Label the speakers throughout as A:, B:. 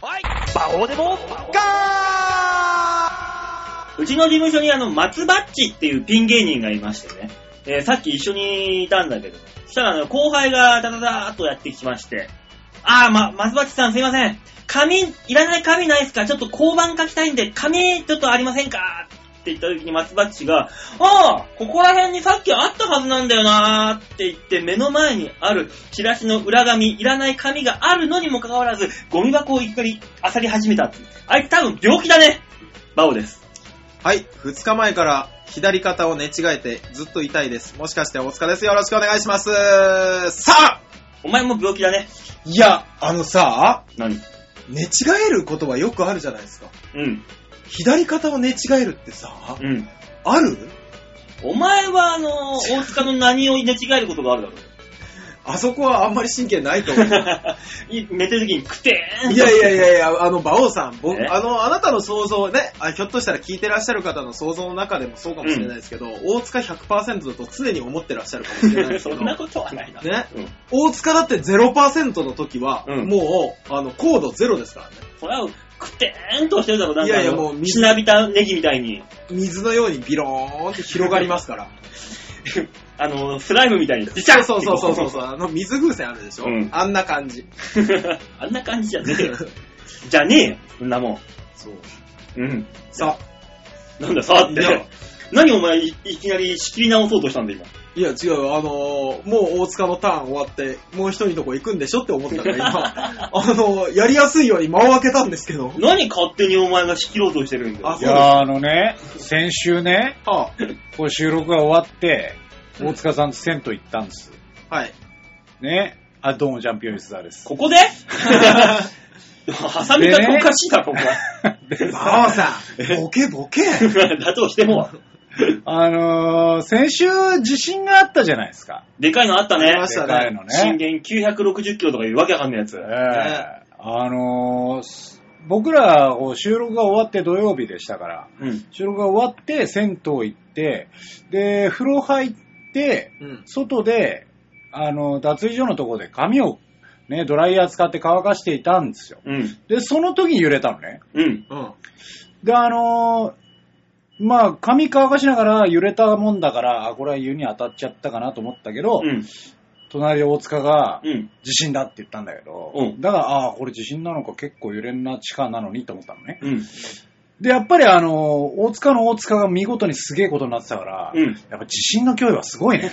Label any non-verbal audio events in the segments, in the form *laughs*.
A: そうでもガ
B: うちの事務所にあの、松バッチっていうピン芸人がいましてね。えーさっき一緒にいたんだけど、そしたらあの後輩がダダダーっとやってきまして、あー、ま、松バッチさんすいません。紙、いらない紙ないですかちょっと交番書きたいんで、紙ちょっとありませんかって言った時に松バッチが、あー、ここら辺にさっきあったはずなんだよなーって言って、目の前にあるチラシの裏紙、いらない紙があるのにもかかわらず、ゴミ箱をいきなり漁り始めたっていう。あいつ多分病気だね。バオです。
C: はい、2日前から左肩を寝違えてずっと痛いです。もしかして大塚です。よろしくお願いします。さあ
B: お前も病気だね。
C: いや、あのさ、
B: 何
C: 寝違えることはよくあるじゃないですか。
B: うん。
C: 左肩を寝違えるってさ、
B: うん。
C: ある
B: お前は、あ
C: *laughs*
B: の、大塚の何を寝違えることがあるだろう
C: あそこはあんまり神経ない
B: *laughs*
C: と思う。い
B: よ。寝てる時にクテーンと
C: やいやいやいや、あの、馬王さん、僕
B: え、
C: あの、あなたの想像ね、あひょっとしたら聞いてらっしゃる方の想像の中でもそうかもしれないですけど、大塚100%だと常に思ってらっしゃるかもしれないですけ
B: *laughs* そ
C: ど
B: ん、なことはないな。
C: ね
B: うん。
C: 大塚だって0%の時は、
B: うん
C: もう、あの、高度ゼロですからね。
B: それは、クテーンとしてるだろ、なんか。
C: いやいやもう
B: しなびたネギみたいに、
C: 水のようにビローンって広がりま
B: *laughs*
C: すから。
B: あの、スライムみたい
D: *laughs*
B: に。
C: そうそうそうそうそう。あの、水風船あるでしょ、
B: うん
C: あんな
B: *laughs*
C: 感じ。
B: う。あんな感じじゃねえよ。じゃねえよ、そんなもん。
C: そう。
B: うん。
C: さ、
B: なんだ、さっ
C: いや
B: て。何お前い、いきなり仕切り直そうとしたんだ、今。
C: いや違う、あのーもう大塚のターン終わって、もう一人のとこ行くんでしょって思ったから
B: *laughs*
C: 今、あのーやりやすいように間を開けたんですけど。
B: 何勝手にお前が仕切ろうとしてるんだよ。
C: あ
D: いやーあのね、先週ね、
C: は
D: こう収録が終わって、大塚さんと銭湯行ったんです。
C: あ、はい。
D: ね。あ、どうも、ジャンピオン吉沢 *laughs* です。
B: ここでハサミがおかしいだろ、お前。
D: で
C: 馬王
D: さ
C: さん、ボケボケ。
B: *laughs* だとしても、
D: あのー、先週地震があったじゃないですか。
B: でかいのあった
C: あり
B: ね
C: ま。した
D: でかいの
B: 震
D: ね。
B: 源960キロとかいうわけわかんないやつ。
D: ええあのー、す僕らこう収録が終わって土曜日でしたから、
B: うん。
D: 収録が終わって銭湯行って、で、風呂入って、
C: うん。
D: 外で、あの、脱衣所のところで髪をね、ドライヤー使って乾かしていたんですよ。
B: うん。
D: で、その時に揺れたのね。
B: うん。
C: うん。
D: で、あのーまあ、髪乾かしながら揺れたもんだから、あ、これは湯に当たっちゃったかなと思ったけど、
B: うん。
D: 隣で大塚が、
B: うん。
D: 地震だって言ったんだけど、
B: うん
D: だから、ああ、これ地震なのか結構揺れんな、地下なのにと思ったのね。
B: うん。
D: で、やっぱりあのー大塚の大塚が見事にすげえことになってたから、
B: うん
D: やっぱ地震の脅威はす
B: *laughs*
D: ごいね。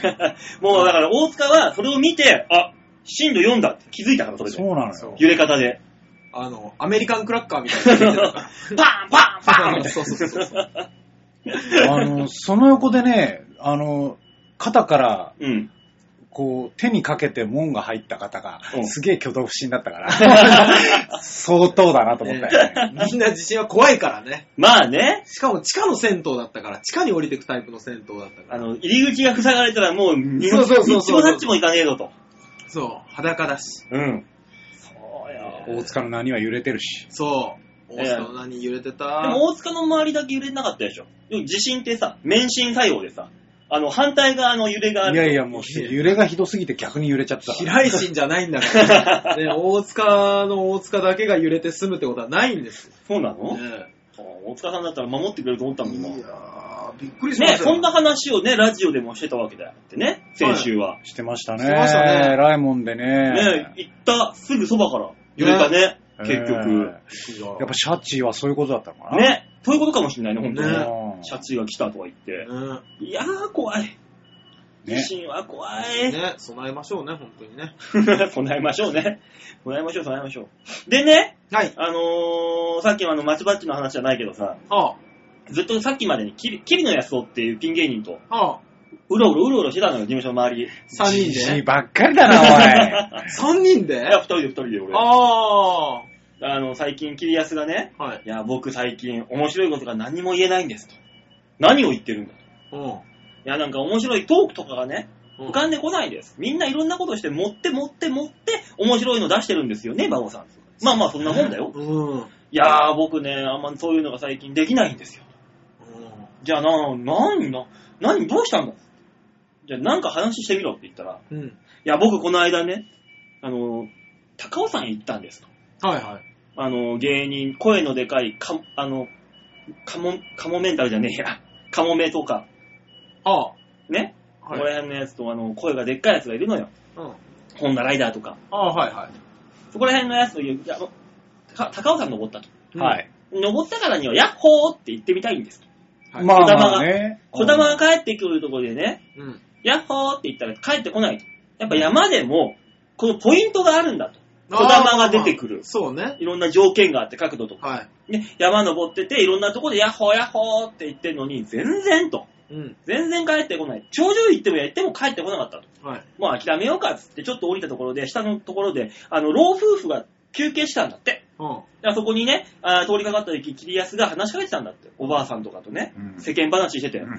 B: もうだから大塚はそれを見て、あ、震度4だって気づいたから、それ
D: そ
B: で。
D: うなの
C: そう
D: よ。
B: 揺れ方で。
C: あの、アメリカンクラッカーみたい
B: パ
C: な
B: ン
C: の
B: *laughs*
C: やってたから。
B: パンパンみたい
C: *laughs* そうそうそうそう。
D: あの、その横でね、あの、肩から、
B: な。うん。
D: こう、手にかけて門が入った方が
B: う、ん
D: すげえ挙動不審だった *laughs* から、相当だなと思ったよ
B: *laughs*
D: ね。
C: みんな地震は怖いからね。
B: まあね、
C: しかも地下の銭湯だったから、地下に降りてくタイプの銭湯だったか
B: あ
C: ら。
B: の、入り口が塞がれたらもう、に
C: そうそうそう
B: にっちもさっちもいかねえぞと。
C: そう、裸だし。
D: うん。
B: そう
D: 大塚の何は揺れてるし。
C: そう。
B: え
C: 大
B: え
C: 阪の何揺れてた、
B: でも大塚の周りだけ揺れなかったでしょ。でも地震ってさ、免震対応でさ、あの、反対側の揺れがあ
D: い
B: る。
D: やいや、もう揺れがひどすぎて逆に揺れちゃった。
C: 平井心じゃないん
B: *laughs*
C: だから、ね、大塚の大塚だけが揺れて済むってことはないんですよ、
B: そうなの、
C: ね
B: 大塚さんだったら守ってくれると思ったもんな。
C: い
B: ね
C: やーびっくりしました
B: そ
C: よ
B: んな話をね、ラジオでもしてたわけだよってね、先週は。
D: してましたね。
C: してましたね
D: ライモンで
B: ね
D: ね。
B: 行ったすぐそばから揺れたね、結局。
D: えーやっぱシャチはそういうことだったのかな。
B: ね、そういうことかもしれないね、本当に。
C: ね
D: うん
B: シャチが来たとは言って。
C: うん
B: いやー、怖い。
D: ね
B: 地震は怖い。
C: ね、備えましょうね、本当にね。
B: *laughs* 備えましょうね。備えましょう、備えましょう。でね、
C: はい。
B: あのー、さっきのあの、マチバッチの話じゃないけどさ、
C: は
B: ずっとさっきまでに、キリキリノヤスオっていうピン芸人と、
C: あ、はあ、
B: うろうろうろうろしてたのよ、事務所の周り。
C: 3人
D: じじい
C: で。
D: ばっかりだな、
C: 3人
B: *laughs*
C: で
B: いや、二人で二人で俺。あ
C: ああ
B: の、最近、キリヤスがね、
C: ー。はい。
B: いや、僕最近、面白いことが何も言えないんですと。何を言ってるんだと。
C: う
B: いや、なんか面白いトークとかがね、
C: ん。
B: 浮かんでこないです。みんないろんなことして、持って持って持って、面白いの出してるんですよね、馬王さん。まあまあ、そんなもんだよ。
C: うん。うん。
B: いやー、僕ね、あんまそういうのが最近できないんですよ。じゃあな、何な、何、どうしたんだじゃあなんか話してみろって言ったら、
C: うん。
B: いや、僕この間ね、あの、高尾山行ったんですと。
C: はいはい。
B: あの、芸人、声のでかい、か、あの、カモ、カモメンタルじゃねえや。 *laughs* カモメとか、
C: ああ。
B: ね。
C: はい
B: ここら辺のやつと、あの、声がでっかいやつがいるのよ。
C: うん。
B: ホンダライダーとか。
C: ああ、はいはい。
B: そこら辺のやつと、いやあのか高尾山登ったと。
C: うん
D: は。い。
B: 登ったからには、ヤッホーって言ってみたいんです。
C: はい
D: まあ
B: 児玉
D: ま
B: が
D: あね。
B: 小玉が帰ってくるところでね、
C: うん。
B: ヤッホーって言ったら帰ってこないと。やっぱ山でも、このポイントがあるんだと。小玉が出てくる。
C: そうね。
B: いろんな条件があって角度とか。
C: はい。
B: ね、山登ってて、いろんなところでヤッホーヤッホーって言ってんのに、全然と。
C: うん。
B: 全然帰ってこない。頂上行ってもやっても帰ってこなかったと。
C: はい。
B: もう諦めようかっつって、ちょっと降りたところで、下のところで、あの、老夫婦が休憩したんだって。
C: うん。
B: であそこにね、あー通りかかった時、桐安が話しかけてたんだって。おばあさんとかとね。
D: うん
B: 世間話してて。
D: うん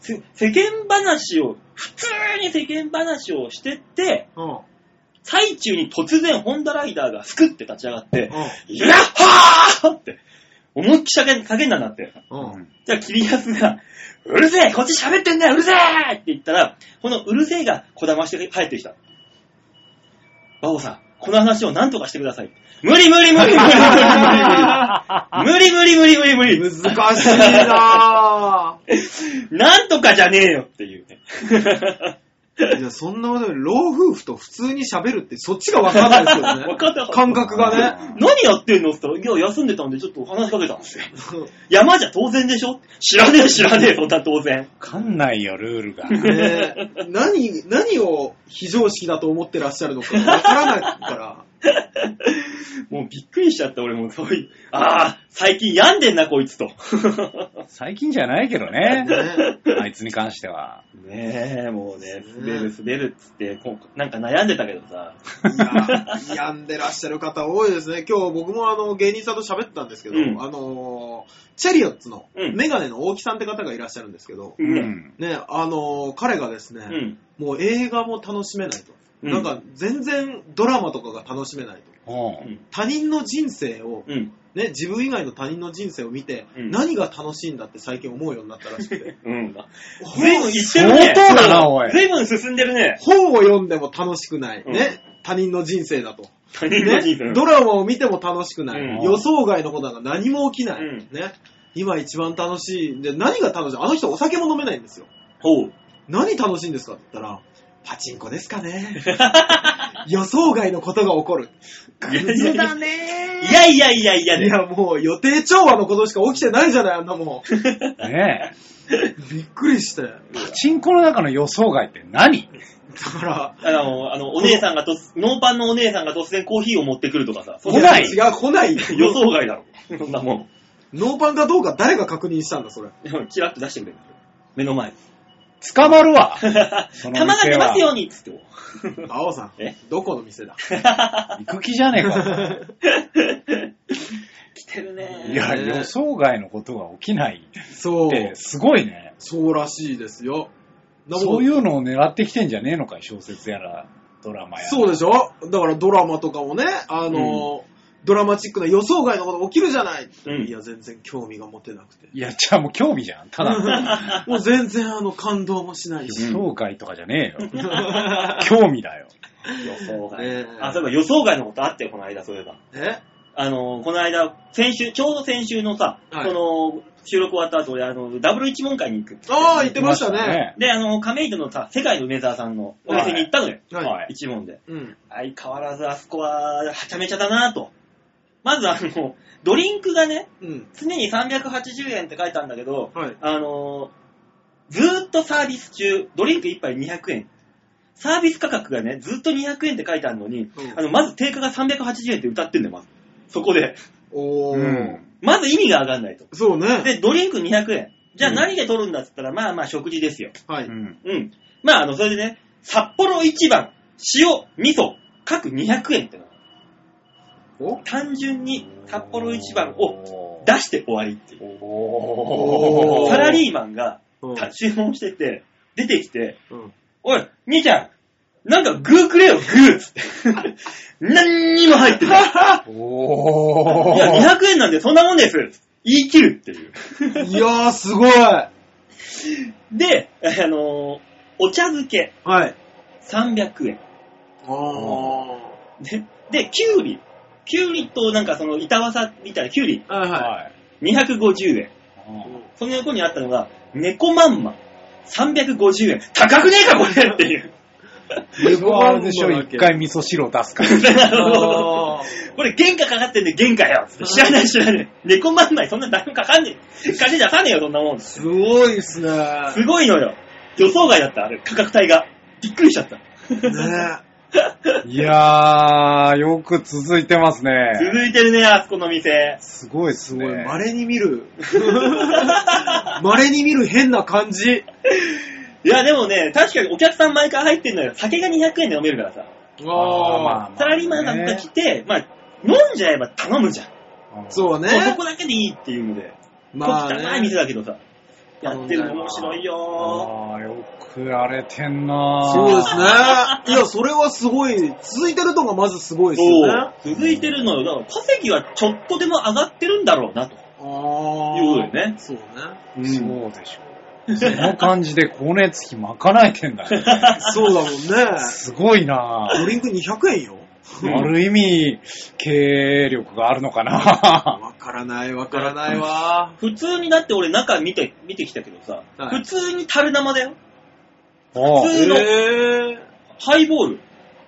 B: せ世間話を、普通に世間話をしてって、
C: うん。うん。
B: 最中に突然ホンダライダーがすくって立ち上がって、
C: う
B: ヤッホーって、思いっきり叫ん叫んだんだって。
C: ん。う。
D: うんん
B: じゃあ、キリアスが、うるせえこっち喋ってんだようるせえって言ったら、このうるせえがこだまして帰ってきた。バオさん、この話を何とかしてください。無理無理無理無理無理無理無理無理無理無理無理無理無理
C: 難しいなぁ。
B: なんとかじゃねえよっていうね。
C: いや、そんなことより、老夫婦と普通に喋るって、そっちがわかんないですけどね。
B: わかんなかった
C: 感覚がね。
B: 何やってんのって言ったら、いや、休んでたんでちょっと話しかけたんですよ。
C: うん
B: 山じゃ当然でしょ知らねえ知らねえ、そんな当然。
D: わかんないよ、ルールが。
C: ねえ何、何を非常識だと思ってらっしゃるのかわからないから。
B: もうびっくりしちゃった、俺も。そういう、ああ、最近病んでんな、こいつと。
D: 最近じゃないけどね。
C: ね
D: あいつに関しては。
B: ねえ、もうね、
C: そう
B: 滑
C: ね
B: る滑るっつって、こうなんか悩んでたけどさ。
C: いや病んでらっしゃる方多いですね。今日僕もあの芸人さんと喋ってたんですけど、
B: うん
C: あのチェリオッツの
B: うん
C: メガネの大木さんって方がいらっしゃるんですけど、
D: う
B: ね。
D: ん。
C: ね、あの彼がですね、
B: うん。
C: もう映画も楽しめないと。
B: うん
C: なんか全然ドラマとかが楽しめないと。
D: うん
C: 他人の人生を、
B: うん。
C: ね、自分以外の他人の人生を見て、
B: うん。
C: 何が楽しいんだって最近思うようになったらしくて
B: *laughs* うん。
C: 本
B: 随分いってるね。
D: 相当だなおい
B: 随分進んでるね。
C: 本を読んでも楽しくない。
B: うん
C: ね、他人の人生だと。
B: 他人の人
C: ね、
B: 生。
C: ドラマを見ても楽しくない、
B: うん
C: 予想外のことなんか何も起きない、
B: うん
C: ね、今一番楽しいで何が楽しいあの人お酒も飲めないんですよ
B: ほう。
C: 何楽しいんですかって言ったらパチンコです
B: *laughs*
C: かね予想外のことが起こる
B: いやいやいや
C: ね
B: いやいやいやいや
C: い
B: ね。
C: やもう予定調和のことしか起きてないじゃないあんなもん
D: ね
C: びっくりしてだ
D: え。パチンコの中の予想外って何
C: から
B: あの、あの、お姉さんがとつ、ノーパンのお姉さんが突然コーヒーを持ってくるとかさ。そん
D: 来ない
C: 違う来ないよ
B: 予想外だろ。そんなもん。
C: ノーパンかどうか誰が確認したんだそれ
B: でも *laughs* キラッと出してくれる。目の前。
D: 捕まる
B: *laughs*
D: わ。その
B: 玉が出ますようにっつっても。
C: 青さん
B: え
C: どこの
B: *laughs*
C: 店だ
D: 行く気じゃねえか。
B: 来てるね。
D: いや、
C: ね
D: 予想外のことが起きない
C: そう
D: って、すごいね。
C: そうらしいですよ。だから
D: そういうのを狙ってきてんじゃねえのかい小説やら、ドラマやら。
C: そうでしょだからドラマとかもね、あの、ドラマチックな予想外のこと起きるじゃない、
B: うん
C: いや、全然興味が持てなくて。
D: いや、じゃあもう興味じゃん。ただ、
B: *laughs*
C: もう全然あの感動もしないし。
D: 予想外とかじゃね
B: *laughs*
D: えよ。興味だよ。
B: 予想外。
C: ねえ
B: あ、そういえば予想外のことあってよ、この間、そういえば。
C: え
B: あの、この間、先週、ちょうど先週のさ、
C: はい
B: この収録終わった後、俺、あの、ダブル一問会に行く。
C: ああ、言ってましたね。
B: で、あの、亀戸のさ、世界の梅沢さんのお店に行ったのよ。
C: はい。
D: はい
B: 一問で。
C: うん。
B: 相変わらずあそこは、はちゃめちゃだなと。まず、あの、ドリンクがね、
C: うん。
B: 常に380円って書いたんだけど、
C: はい。
B: あの、ずーっとサービス中、ドリンク1杯200円。サービス価格がね、ずっと200円って書いてあるのに、
C: うん
B: あの、まず定価が380円って歌ってんだよ、まず。そこで。
C: おー、
D: うん
B: まず意味が上がんないと。
C: そうね。
B: で、ドリンク200円。じゃあ
D: うん
B: 何で取るんだっつったら、まあまあ食事ですよ。
C: は
D: う
C: い。
D: ん。
B: うん。まあ、あの、それでね、札幌一番、塩、味噌、各200円ってのが
C: お
B: 単純に札幌一番を
D: を
B: 出して終わりっていう。
D: お
C: ー
B: サラリーマンが
C: うん
B: た注文してて、出てきて、
C: うん
B: おい、兄ちゃん、なんかグーくれよ、グーっつって。
D: *laughs*
B: 何にも入ってない。
D: お
B: いや、200円なんでそんなもんです言い切るっていう。
C: いやー、すごい。は
B: で、あのーお茶漬け
C: い。
B: 300円。
C: あー。
B: で、で、きゅうりキュウリとなんかその板わさみたいなキュウリ
C: はいは
D: はい。
B: 250円。その横にあったのが、猫まんま350円。高くねえかこれっていう。
D: 僕はあれでし
C: そ
D: ょ、
C: うなんだ。
D: 一回味噌汁を出すから。
B: ないるほど
C: あ
B: これ原価かかってんで原価よ。つって知らない知らない。猫まんまにそんな誰もかかんねえ。金出さねえよ、そんなもん。
C: ー
B: す
C: すごいっ
D: *laughs*
C: すね。ね
B: ごいのよ。予想外だった、あれ、価格帯が。びっくりしちゃった。
D: いやー、よく続いてますね。
B: 続いてるね、あそこの店。
D: すごいっす
C: すごい。
D: ね。
C: 稀に見る。 *laughs* 稀に見る変な感じ。
B: いや、でもね、確かにお客さん毎回入ってんのよ。酒が200円で飲めるからさ。
D: あーまあ
B: サラリーマンなんか来て、まあ、飲んじゃえば頼むじゃん。
D: う。
C: そうね。
B: そうそこだけでいいっていうので。
C: まあ、
B: こう汚い店
C: ね。
B: だけどさ。やってるの面白いよ
D: あーよく荒れてんなー
C: そうですね。いや、それはすごい。続いてるのがまずすごいです
B: そ
C: よね
B: う。。続いてるのよ。だから稼ぎはちょっとでも上がってるんだろうなと。
C: ああ。
B: いうことでね
C: そうね。
B: うん
D: そうでしょ。その感じで光熱費まかないてんだ
B: *laughs*
D: ね。
C: そうだもんね。
D: すごいな
C: ドリンク200円よ。
B: うん
D: ある意味、経営力があるのかな
C: わからない、わからないわ。
B: 普通にだって俺中見て、見てきたけどさ、
C: はい
B: 普通に樽生だよ。*laughs*
D: お
B: 普
D: う
B: 通の
C: えー
B: ハイボール。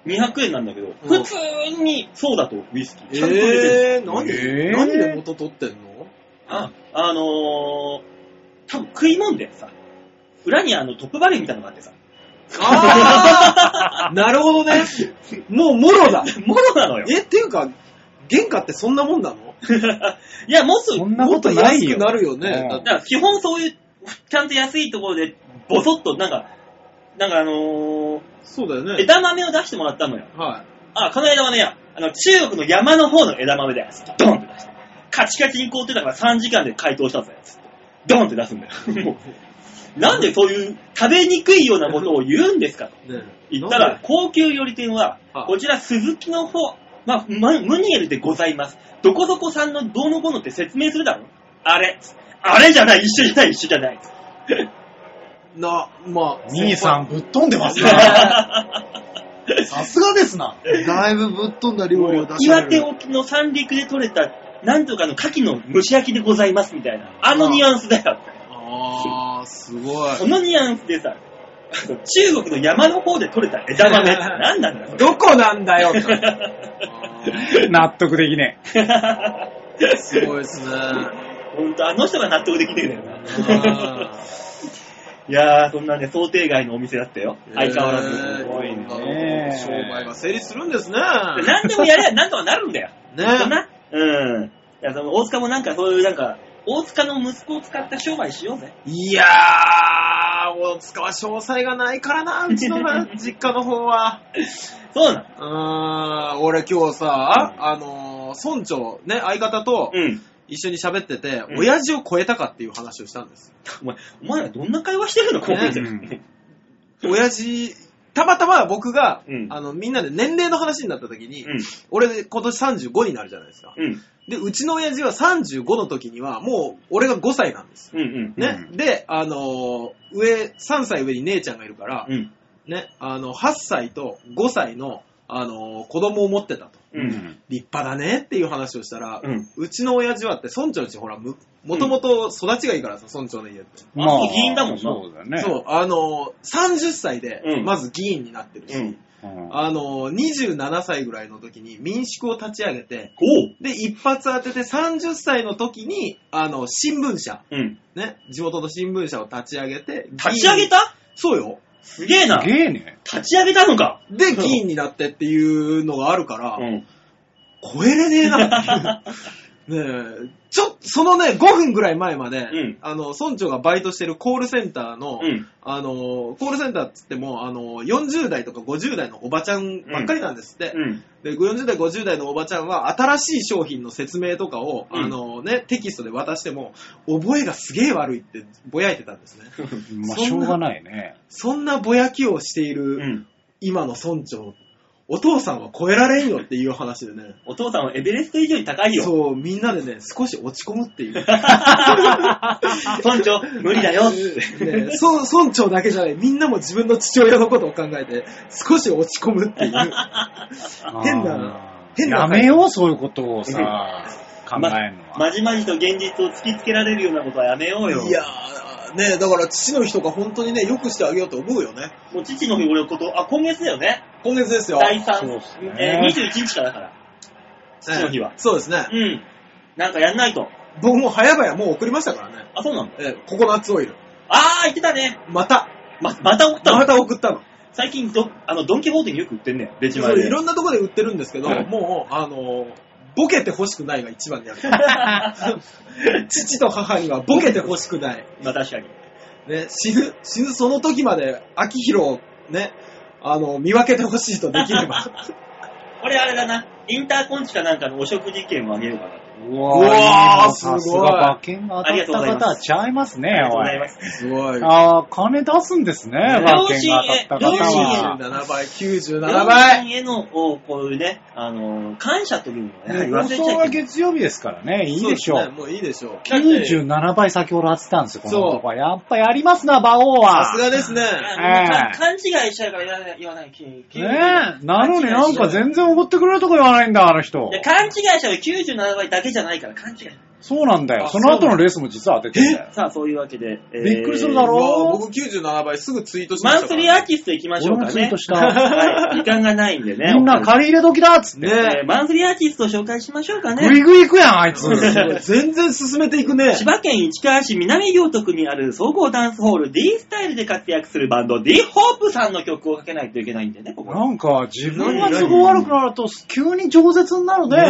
B: 200円なんだけど、
C: うん
B: 普通にそうだとウイスキー。ちゃんと入れてる。
C: えー、何、
D: えー
C: 何で元取ってんの
B: あ、あのー、多分食いもんでさ、裏にあのトップバリューみたいなのがあってさ、 *laughs*
C: あーなるほどね。もう、もろだ。
B: もろなのよ。
C: え、っていうか、原価ってそんなもんなの
B: *laughs* いや、もつ、
D: そ
B: だ
D: んなことない
C: もっと安
D: よ。
C: くなるよね
D: うん
C: だっ
B: から基本そういう、ちゃんと安いところで、ボソッと、なんか、なんかあの
C: そうだよ
B: ー、
C: ね。
B: 枝豆を出してもらったのよ。
C: は
B: あ、この枝豆や。あの、中国の山の方の枝豆だよ。ドンって出して。カチカチに凍ってたから3時間で解凍したぜ。つってドンって出すんだ
C: *laughs*
B: よ。もうなんでそういう食べにくいようなことを言うんですかと
C: い。ね
B: 言ったら、、高級料理店は
C: あ、
B: こちら鈴木の方、まあ、マムニエルでございます。どこそこさんのどうのこうのって説明するだろあれ。あれじゃない、一緒じゃない、一緒じゃない。
C: な、まあ。
D: 兄さんぶっ飛んでますね。さすがですな。
C: *laughs* だいぶぶっ飛ん
B: *laughs*
C: だ料 *laughs* 理を出して
B: 岩手沖の三陸で採れた、なんとかの牡蠣の蒸し焼きでございますみたいな。あのニュアンスだよ。
C: あー、すごい。
B: そのニュアンスでさ、あの中国の山の方で採れた枝豆って何なんだよ。 *laughs*
C: どこなんだ *laughs* よ
D: 納得できね
C: すごいですね。
B: ほんと、あの人が納得できねえんだよな。
C: あ
B: いやー、そんなね、想定外のお店だったよ。
C: ー
B: 相変わらず。
C: えー
D: すごいね
C: 商売が成立するんですね。
B: 何でもやれば何とかなるんだよ。
C: *laughs* ね
B: ほんとな。うん。いや、その大塚もなんかそういうなんか、大塚の息子を使った商売しようぜ。
C: いやー、大塚は詳細がないからな、
B: *laughs*
C: うちのな実家の方は。
B: そうなの。
C: うーん、俺今日さ、あのー、村長、ね、相方と
B: うん。
C: 一緒に喋ってて、
B: うん
C: 親父を超えたかっていう話をしたんです。
B: お前、お前らどんな会話してるのこう見て。
D: ね
C: 親父、たまたま僕が、
B: うん
C: あの、みんなで年齢の話になった時に、
B: うん。
C: 俺今年35になるじゃないですか。
B: うん。
C: で、うちの親父は35の時には、もう俺が5歳なんです。
B: うん。うん。
C: ね。で、あのー上、3歳上に姉ちゃんがいるから、
B: うん。
C: ね、あの、8歳と5歳の、あのー子供を持ってたと。
D: え。
B: うん。
C: 立派だねっていう話をしたら、
B: うん。
C: うちの親父はって村長のうちほら、むもともと育ちがいいからさ、村長の家って。
B: あそう議員だもんな
D: そうだね。
C: そう、あのー30歳で
B: う、ん
C: まず議員になってるし、
B: うん
D: うん。
C: あのー27歳ぐらいの時に民宿を立ち上げて、
B: おう。
C: で、一発当てて30歳の時に、あの、新聞社、
B: うん。
C: ね、地元の新聞社を立ち上げて、
B: 立ち上げ
C: た
B: た
C: そうよ。
B: すげえな
D: す。げえね。
B: 立ち上げたのか。
C: で、議員になってっていうのがあるから、
B: ん。
C: 超えれねえなっ
B: *laughs*
C: ていう。ねえ、ちょ、そのね、5分ぐらい前まで、
B: ん
C: あの、村長がバイトしてるコールセンターの、
B: うん。
C: あの、コールセンターっつっても、あの、40代とか50代のおばちゃんばっかりなんですって。
B: うん。
C: で、40代、50代のおばちゃんは、新しい商品の説明とかを、
B: うん
C: あのね、テキストで渡しても、覚えがすげえ悪いって、ぼやいてたんですね。
B: *laughs*
D: まあ、
C: そんな
D: しょうがないね。
C: そんなぼやきをしていうる、
B: ん。
C: 今の村長、お父さんは超えられんよっていう話でね。
B: お父さんはエベレスト以上に高いよ。
C: そう、みんなでね、少し落ち込むっていう。ね、
B: 村長、無理だよって。
C: そ *laughs* 村長だけじゃない、みんなも自
B: *laughs*
C: 分の父親のことを考えて、少し落ち込むっていう。変な
D: あ
C: 変な
D: やめよう、そういうことをさ、考えるのは。
B: まじまじと現実を突きつけられるようなことはやめようよ。
C: いやー、ねだから父の日とか本当にね、よくしてあげようと思うよね。
B: もう父の日俺こと、あ、今月だよね。
C: 今月ですよ。
B: 第3、
D: そうっす
B: え
D: ね
B: ー21日からだから。父の日は
C: ええそうですね。
B: うん。なんかやんないと。
C: 僕も早々もう送りましたからね。
B: あ、そうなんだ。
C: ええココナッツオイル。
B: あー、言ってたね。
C: また、
B: ま、また送ったの
C: また送ったの。
B: 最近ど、あの、ドンキホーテによく売ってんね。ベチ
C: そ
B: マイ
C: れい
B: で。
C: ろんなとこで売ってるんですけど、
B: はい
C: もう、あのーボケて欲しくないが一番にある。
B: *laughs*
C: 父と母にはボケて欲しくない。
B: まあ確かに。
C: ね、死ぬ、死ぬその時まで、秋広をね、あの、見分けてほしいとできれば。
B: 俺あれだな。インターコンチかなんかのお食事券をあげようかな。
D: う
C: うわー
D: わぁ、
C: すごい
D: さすが馬券が当たった方はちゃいますね、
B: ありがとう
D: お
B: ござい
D: い。
B: ます。
C: *laughs* すごい。
D: ああ、金出すんですね、馬券が当たった
B: 両
D: 方
B: 親
D: は。
C: 97倍、
B: 両
C: 97倍。
B: 親への、おこういうね、あのー感謝というのをね、
D: ね
B: 忘
D: 予
B: れち
D: 想
B: ゃ
D: はい
B: けない。
D: 月曜日ですからね、いいでしょ
C: そうす
D: う
C: ね。もういいでしょう。
D: 97倍先ほど当てたんですよ、この
C: そう
D: 男は。やっぱやりますな、馬王
C: さす
D: は。
C: がですね。
B: あの勘違いしちゃうから言わない、言わない。きき
D: ねえ、なのになんか全然怒ってくれるとこ言わないんだ、あの人
B: い。や勘違いしちゃう97倍だけじゃないから、勘違い。
D: そうなんだよ。
C: あ
D: その後のレースも実は当ててんだよ。
B: さあ、そういうわけで。えー
D: びっくりするだ
C: う
D: ろ
C: わ僕97倍すぐツイートしま
B: マ
C: し
B: ン
C: た
B: ス
C: から
B: リーアーティスト行きましょうかね。
D: 俺もツイートした
B: はい時間がないんでね。
D: みんな借り入れ時だっつって。
B: えーマンスリーアーティストを紹介しましょうか
D: グ
B: ね。
D: イグイ行くやん、あいつ。
C: うんすごい全然進めていくね。
B: 千葉県市川市南行徳にある総合ダンスホール D スタイルで活躍するバンド D ホープさんの曲をかけないといけないんでね、ここ
D: なんか、自分が都合悪くなると、急に饒舌になるね。
C: ね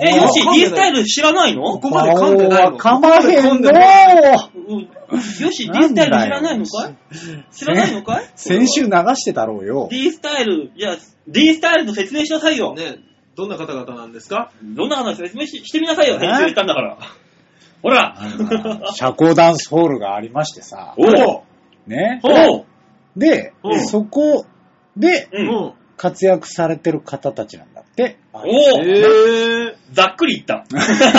B: え、
D: うん
B: よし、
C: あ
B: D スタイル知らないの
C: ここまで噛んでないの
D: 噛まへんの
B: うんよし、D スタイル知らないのかい知らないのかい
D: 先週流してたろ
B: *laughs*
D: うよ。
B: D スタイル、いや、D スタイルと説明しなさいよ。
C: ね、どんな方々なんですか
B: どんな話説明ししてみなさいよ、
D: ね
B: 編集言ったんだから。ほら
D: 社交ダンスホールがありましてさ。
B: おう
D: ね。
B: ほう
D: で
C: うん、
D: そこで
B: うん
C: うん。
D: 活躍されてる方たちなんだって。
B: おう
C: へぇー。
B: ざっくり言った。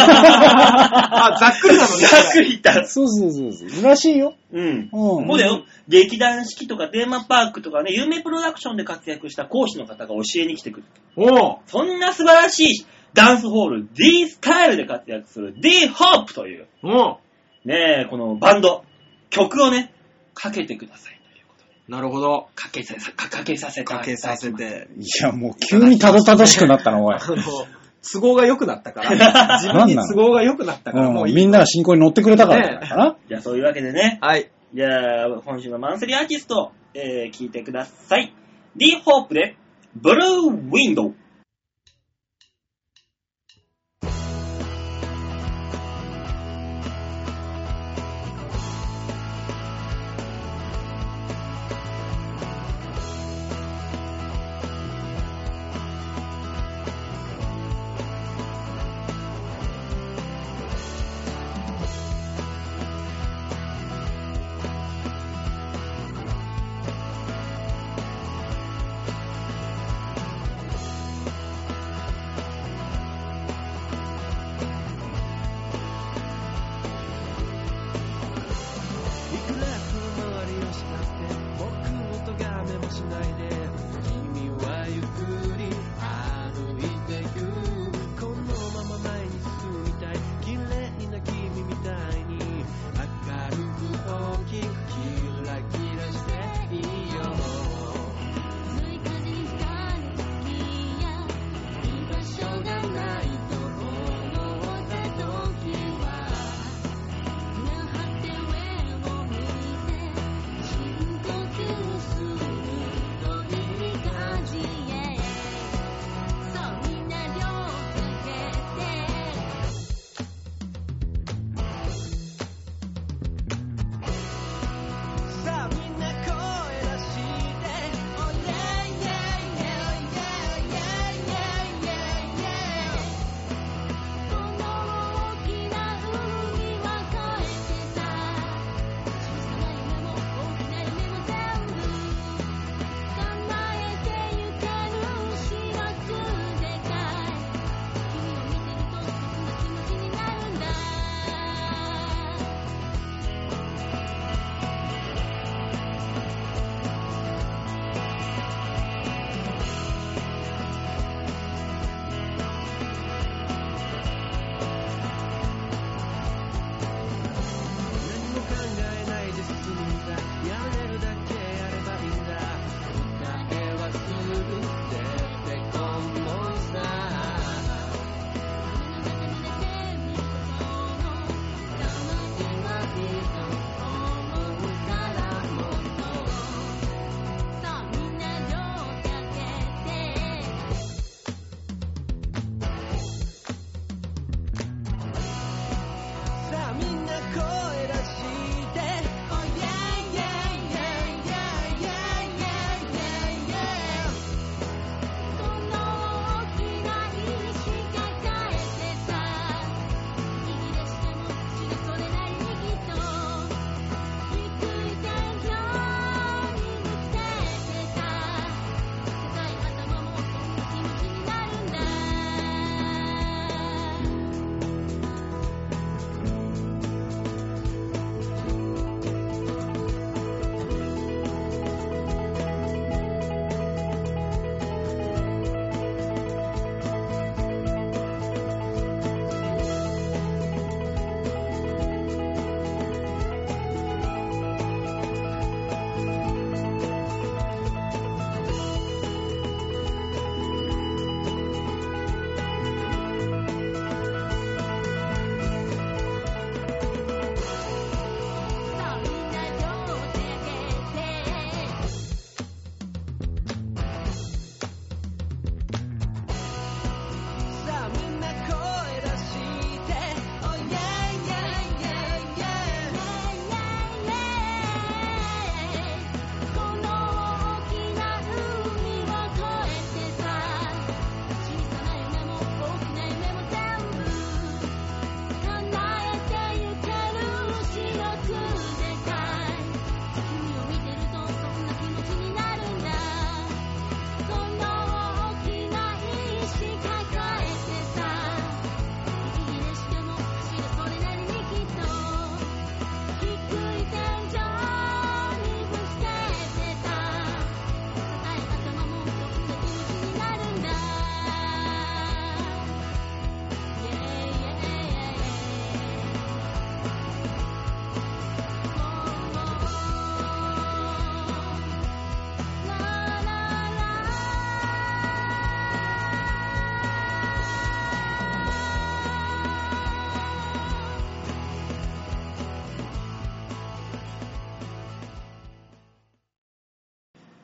C: あ、ざっくりなのね。
B: ざっくり言った。
D: そうそうそうそう。らしいよ。
B: うん。
D: うん
B: もうだよ、劇団四季とかテーマパークとかね、有名プロダクションで活躍した講師の方が教えに来てくる。
C: おう
B: そんな素晴らしいダンスホール、D スタイルで活躍する D ホープという、
C: お
B: ねえ、このバンド、曲をね、かけてくださいということで。
C: うなるほど。
B: かけさせ、かかけさせた
C: かけさせ。て。
D: いや、もう急にたどたどしくなったの、おい。
C: あの、都合が良くなっ
B: *laughs*
C: たから。自分に都合が良くなったから、も
D: う、
C: うんいい。
D: みんなが進行に乗ってくれたからじゃないかな。
B: じゃあそういうわけでね、
C: はい。
B: じゃあ、今週のマンスリーアーティスト、えー、聞いてください。D ホープで、ブルーウィンドウ。
A: 「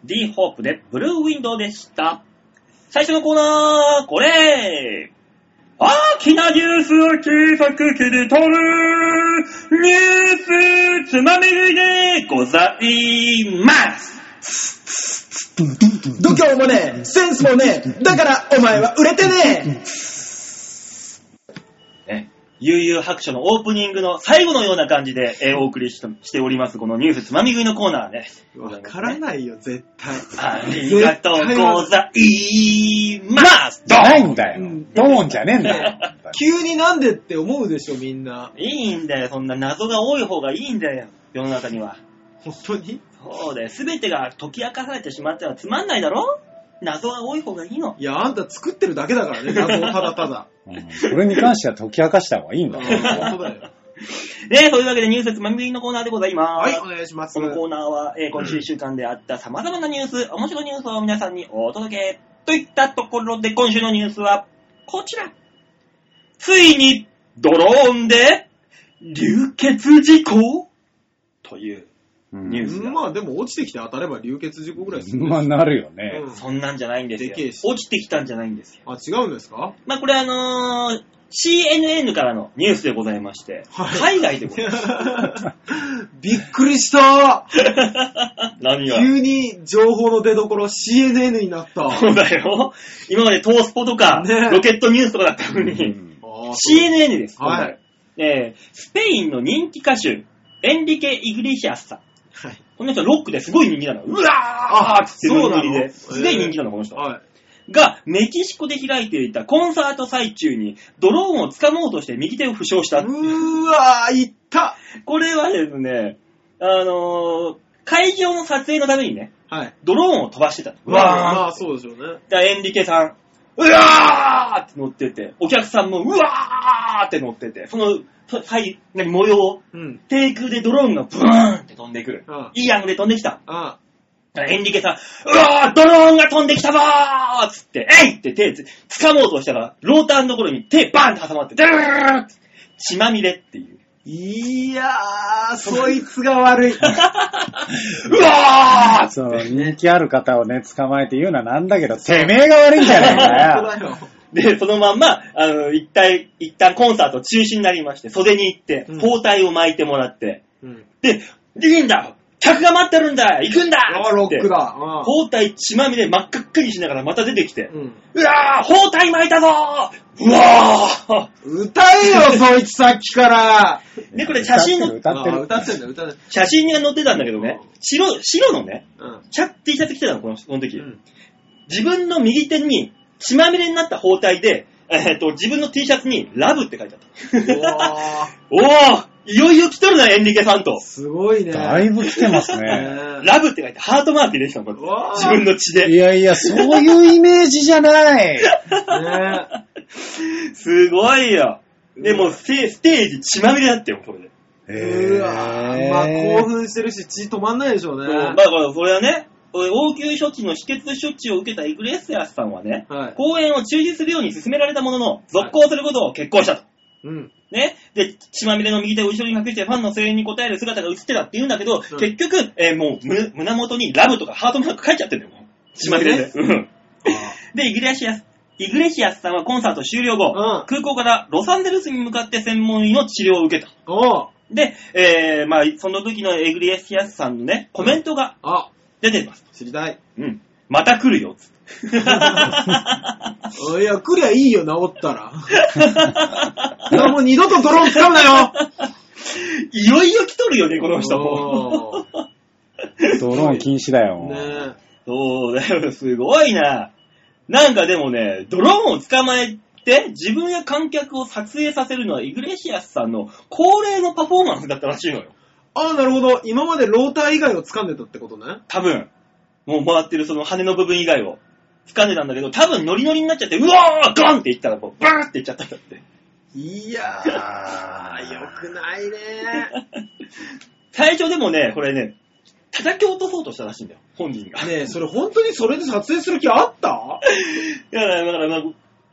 B: D ホープでブルーウィンドウでした。最初のコーナー、これ大きなニュースを小さく切り取るニュースつまみ食いでございます
C: 度胸もねえ、センスもねえ、だからお前は売れてね
B: ね、悠々白書のオープニングの最後のような感じで、えーお送りししております、このニュースつまみ食いのコーナーね。
C: えわからないよ、絶対。
B: ありがとうございます
D: ドーンだ
C: う
D: よ
C: ん。
D: ドーンじゃねえんだよ。
C: 急になんでって思うでしょ、みんな。
B: いいんだよ、そんな謎が多い方がいいんだよ、世の中には。
C: 本当に
B: そうだよ、すべてが解き明かされてしまってはつまんないだろ謎が多い方がいいの。
C: いや、あんた作ってるだけだ *laughs* からね、謎をただただ。
D: うんそれに関しては解き明かした方がいいんだよ。
C: あ本当だよ。
B: ねというわけでニュースつまみ食いのコーナーでございます。
C: はい、お願いします。
B: このコーナーは、えー今週1週間であった様々なニュース、面白いニュースを皆さんにお届け。といったところで今週のニュースは、こちら。ついに、ドローンで、流血事故という、
D: うん
B: ニュースだ
C: まあでも落ちてきて当たれば流血事故ぐらいでするね
D: まあ、なるよね。
C: うん
B: そんなんじゃないんですよ
C: でけえし。
B: 落ちてきたんじゃないんですよ。
C: あ、違うんですか *laughs*
B: まあ、これあのー CNN からのニュースでございまして、
C: はい
B: 海外でござい
C: *laughs*
B: ます。
C: びっくりした
B: 何が
C: 急に情報の出所 CNN に
B: *laughs*
C: なった。
B: そうだよ。今までトースポとか、
C: ね
B: ロケットニュースとかだったの
D: う
B: に、
D: ん
C: あー
B: CNN です。
C: はい
B: 今回えースペインの人気歌手、エンリケ・イグリシアスさん。
C: はい。
B: この人ロックですごい人気なの。うわーっつってノリノリで。
C: そうなの
B: すげえ人気なの、この人。
C: はい。
B: が、メキシコで開いていたコンサート最中に、ドローンを掴もうとして右手を負傷した。
C: うーわー、いった
B: これはですね、あのー会場の撮影のためにね、
C: はい。
B: ドローンを飛ばしてたの。う
C: ま
B: わ
C: あそうでしょうね。
B: ーエンリケさん、うわーって乗ってて、お客さんもうわーって乗ってて、その、そはい、何、模様、
C: うん。
B: 低空でドローンがブーンって飛んでくる。
C: あ
B: いいアングルで飛んできた。
C: あ
B: エンリケさん、うわードローンが飛んできたぞーつって、えいって手つ、掴もうとしたら、ローターのところに手バーンって挟まって、ドゥーンって血まみれっていう。
C: いやー、そいつが悪い。
B: うわーっつって
D: そう、人気ある方をね、捕まえて言うのはなんだけど、てめえが悪いんじゃねえか
C: 本当だよ。
B: で、そのまんま、あの、一体、一旦コンサート中止になりまして、袖に行って
C: うん、
B: 包帯を巻いてもらって、
C: うん。
B: で、いいんだ客が待ってるんだ行くんだ
C: ああ、ロック。だ。
B: つ
C: あ
B: って
C: あ
B: 包帯血まみれ真っ赤っかにしながらまた出てきて、
C: うん。
B: うわー包帯巻いたぞーうわ
C: 歌えよ、そいつさっきから。
B: ーで、こ
C: *laughs*
B: れ
D: よ。
B: 写真の、
D: 歌って
C: あ
D: る。
C: 歌ってんだ、歌ってんだ。
B: 写真が載ってたんだけどね、白、白のね、
C: うん。
B: キャッ T シャツ着てたの、このこの時。
C: うん
B: 自分の右手に血まみれになった包帯で、えーっと、自分の T シャツにラブって書いてあった。
C: うわー
B: おーいよいよ来とるな、エンリケさんと。
C: すごいね。
D: だいぶ来てますね。
C: ね
B: ラブって書いて、ハートマーク入れてたの、こうや
C: わあ
B: って自分の血
D: い
B: で。
D: やいや、そういうイメージじゃない。
C: ね
B: すごいよ。でも、せステージ血まみれだってよ、これで。
C: *laughs* うわーまあ興奮してるし血止まんないでしょうね。
B: そうだから、それはね、応急処置の止血処置を受けたイグレスアスさんはね、
C: はい。
B: 公演を中止するように勧められたものの、続行することを決行したと。
C: うん。
B: ね。で、血まみれの右手を後ろに隠してファンの声援に応える姿が映ってたって言うんだけど、
C: ん
B: 結局、えーもう胸胸元にラブとかハートマーク書いちゃってんだよ、もう血まみれで。うんで、イグレシアス、イグレシアスさんはコンサート終了後、
C: うん
B: 空港からロサンゼルスに向かって専門医の治療を受けた。
C: おう
B: で、えー、まあ、その時のイグレシアスさんのね、コメントが
C: あ、
B: 出てます。
C: 知りたい。
B: うん。また来るよ、つって。
C: いや、来りゃいいよ、治った *laughs* ら。いやもう二度とドローン使うなよ
B: いよいよ来とるよね、この人も。
C: おう
D: ドローン禁止だよ。
C: ね
B: そうだよ、すごいな。なんかでもね、ドローンを捕まえて、自分や観客を撮影させるのはイグレシアスさんの恒例のパフォーマンスだったらしいのよ。
C: ああ、なるほど。今までローター以外を掴んでたってことね。
B: 多分。もう回ってるその羽の部分以外を掴んでたんだけど、多分ノリノリになっちゃって、うわーガンって言ったらもうバーンって言っちゃったんだって。
C: いやー、 *laughs* よくないね。
B: 最初でもね、これね、叩き落とそうとしたらしいんだよ、本人が。
C: ねえ、それ本当にそれで撮影する気あった
B: だから、だから、まあ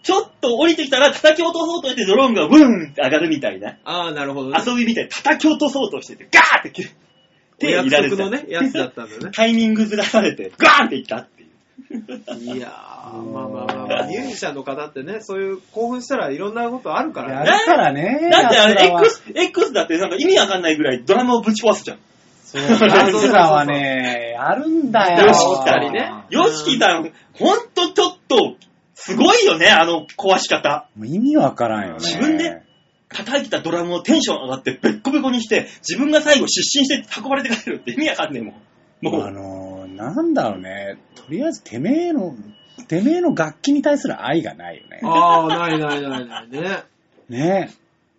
B: ちょっと降りてきたら叩き落とそうとしてドローンがブーンって上がるみたいな。
C: ああ、なるほどね。
B: 遊びみたいに叩き落とそうとしてて、ガーって切る。
C: お
B: 手い
C: 約
B: られて
C: 束のね、 *laughs* やつだったんだね。
B: *laughs* タイミングずらされて、ガーンっていった
C: *laughs*
B: っていう。
C: いやー、まあまあまあまあ、ミュージシャンの方ってね、そういう興奮したらいろんなことあるから
D: や
C: ね。
D: るからね。
B: だってあ
D: 奴ら
B: れ、
D: は
B: X、X だってなんか意味わかんないぐらいドラムをぶち壊すじゃん。
D: そう、奴らはね、あるんだよ。
B: よし来たり
C: ね
B: ヨシキさん、ほんとちょっと、すごいよね、あの壊し方。
D: もう意味わからんよね。
B: 自分で叩いたドラムをテンション上がってベッコベコにして、自分が最後失神して運ばれて帰るって意味わかんねえもん。も
D: あ
B: う、
D: のー、なんだろうね。とりあえず、てめえの、てめえの楽器に対する愛がないよね。
C: ああ、ないないないないね。
D: ね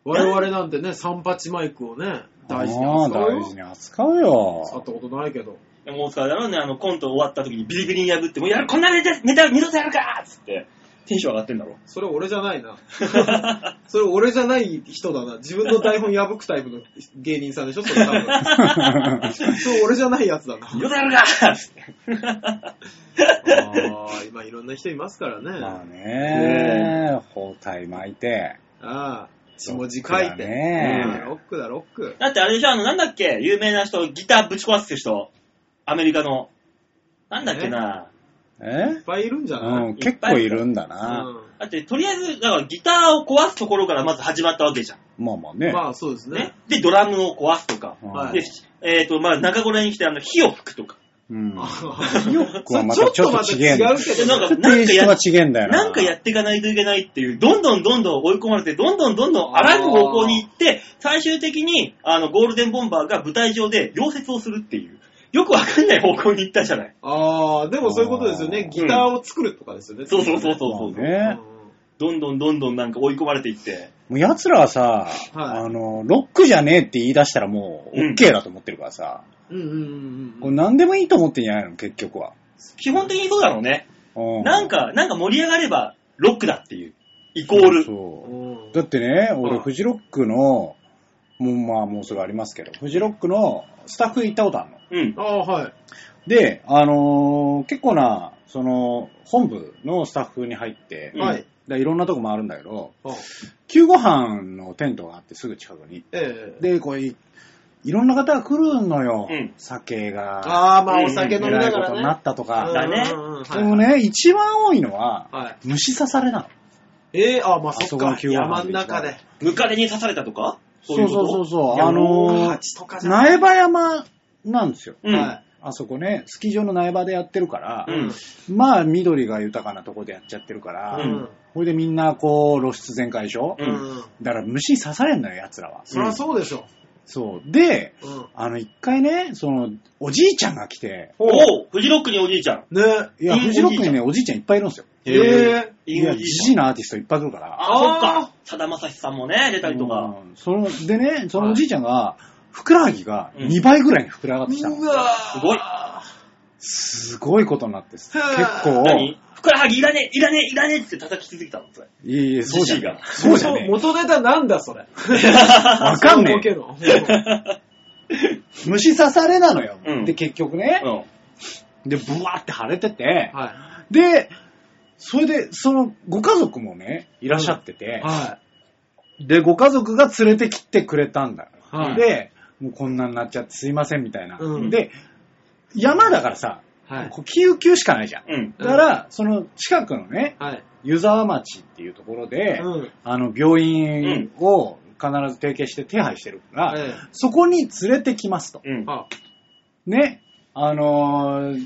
C: 我々なんてね、38マイクをね、大事に
D: ああ
C: 扱う
D: 大
C: よ。
D: 事に扱うよ。
C: 使ったことないけど。
B: もうさ、だろうね、あのコント終わった時にビリビリに破って、もうやる、こんなネタ、ネタ二度とやるかーっつって、テンション上がってんだろ。
C: それ俺じゃない
D: *laughs*
C: な。それ俺じゃない人だな。自分の台本破くタイプの芸人さんでしょそれ多
D: *laughs*
C: 分。それ俺じゃないやつだな。
B: 二度とやるかーっつって。 *laughs*
C: ああ、今いろんな人いますからね。
D: まあね、包帯巻いて、
C: ああ、血文字書いて。
D: ね
C: うんロックだ、ロック。
B: だってあれでしょ、あの、なんだっけ、有名な人、ギターぶち壊す人。アメリカの。なんだっけな。
D: え
C: いっぱいいるんじゃない、
D: う
C: うん
D: ん、結構いるんだな。
B: だって、とりあえず、だからギターを壊すところからまず始まったわけじゃん。
D: まあまあね。
C: まあそうですね
B: ね。。で、ドラムを壊すとか。
D: うん
C: はい
B: で、えっ、と、まあ、中頃に来て、あの、火を吹くとか。
D: うん。
C: あ
D: よくは
C: あ
D: ま
C: ちょ
D: た
C: っ
D: ちょ
C: と
D: っ
C: ま
D: と
C: た
D: 違え
C: 違
D: んだよ
C: う。け
B: で、
C: ど
B: なん
C: ね。
B: か、なんか
D: 人
B: や
D: は
B: っ、
D: 違えんだよな。
B: なんかやっていかないといけないっていう、どんどんどんどん追い込まれて、どんどんどんどんあらぬ方向に行って、最終的に、あの、ゴールデンボンバーが舞台上で溶接をするっていう。よくわかんない方向に行ったじゃない。
C: ああ、でもそういうことですよね。ギターを作るとかですよね。
B: そうそうそうそううそう。
D: まあね。
B: どんどんどんどんなんか追い込まれていって。
D: もう奴らはさ、あの、ロックじゃねえって言い出したらもう、
B: うん
D: OK だと思ってるからさ、
C: うんうんうん
D: こ
C: う
D: れ
C: ん。
D: 何でもいいと思ってんじゃないの、結局は。
B: 基本的にそうだろうね。
D: う
B: なん、か、なんか盛り上がれば、ロックだっていう。イコール。
D: そう
C: うん
D: だってね、俺、
C: うん
D: フジロックの、もうまあ、もうそれありますけど、フジロックのスタッフ行ったことあるの。
B: うん
C: あ。あ、はい。
D: で、あのー結構な、その、本部のスタッフに入って、
B: うん
C: はい。
D: でいろんなとこ回るんだけど、
C: あ
D: 救護班のテントがあってすぐ近くに。
C: ええ。
D: で、こうい、いろんな方が来るのよ。
B: うん
D: 酒が、
C: ああ、まあお酒飲み
D: えら
C: ないが
D: ことにな
C: らね。
D: ったと
C: うん
D: か。
B: だね
C: うんうんうん
D: でも。ね、一番多いのは、
C: はいはい。
D: 虫刺されなの。
C: ええ、ああ、まあ
D: あ
C: そ
D: そ
C: っ
D: こが
C: か。
D: 急なんで
C: 山の中で。
B: ムカデに刺されたとかそうい
D: そう
B: うこ
D: そう
B: と
D: そうそう。
B: や
D: あのー
C: 蜂とかじゃない。
D: 苗場山なんですよ。
B: うん。
C: は
D: あそこね、スキー場の苗場でやってるから
C: い。、
B: うん
D: まあ緑が豊かなとこでやっちゃってるか
C: う
D: ら、
C: ん。
D: ほいでみんなこう露出全開でしょ、
B: うん
C: うん。
D: だから虫刺されんのよ、奴らは。
C: そりゃそうでしょ。
D: そう。で、
C: うん。
D: あの一回ね、その、おじいちゃんが来て、
B: おうフジロックにおじいちゃん。
C: ね
D: いや、
B: いい
D: フジロックにね、おじいちゃんいっぱいいるんですよ。
C: ええ。
D: い
B: いい
D: や、
B: お
D: じ
B: じい
D: じ
B: ち
D: いのアーティストいっぱい来るから。
B: ゃん。あ、そっ
C: あー
B: か。さだまさしさんもね、出たりとか。
D: うんその、でね、そのおじいちゃんが、ふくらはぎが
B: うん
D: 2倍ぐらいに膨れ上がってきたの。
C: うわ
B: すごい
D: すごいことになって、結構、
B: 何ふくらはぎいらねえ、いらねえ、いらねえって叩き続けたのそれ。
D: いえいえ、そうじゃ
B: じじい
D: ね
B: が
D: え。そうじゃね
C: 元ネタなんだそれ。
D: え。わかんねえ。
C: そのボケの
D: 虫刺されなのよ。
B: うん
D: で、結局ね、
B: うん。
D: で、ブワーって腫れてて、
C: は
D: で、それで、その、ご家族もね、いらっしゃって
C: い。
D: て、
C: は
D: で、ご家族が連れてきてくれたんだ。
C: い。はい。
D: で、もうこんなになっちゃってすいませんみたいな。
C: うん
D: で、山だからさ、
C: はい。
D: こう救急しかないじゃん。
B: うん。
D: だから、その近くのね、
C: はい。
D: 湯沢町っていうところで、
C: うん。
D: あの、病院を必ず提携して手配してるから、
C: え
D: そこに連れてきますと。
B: うん。
C: あ、
D: ね。あのー、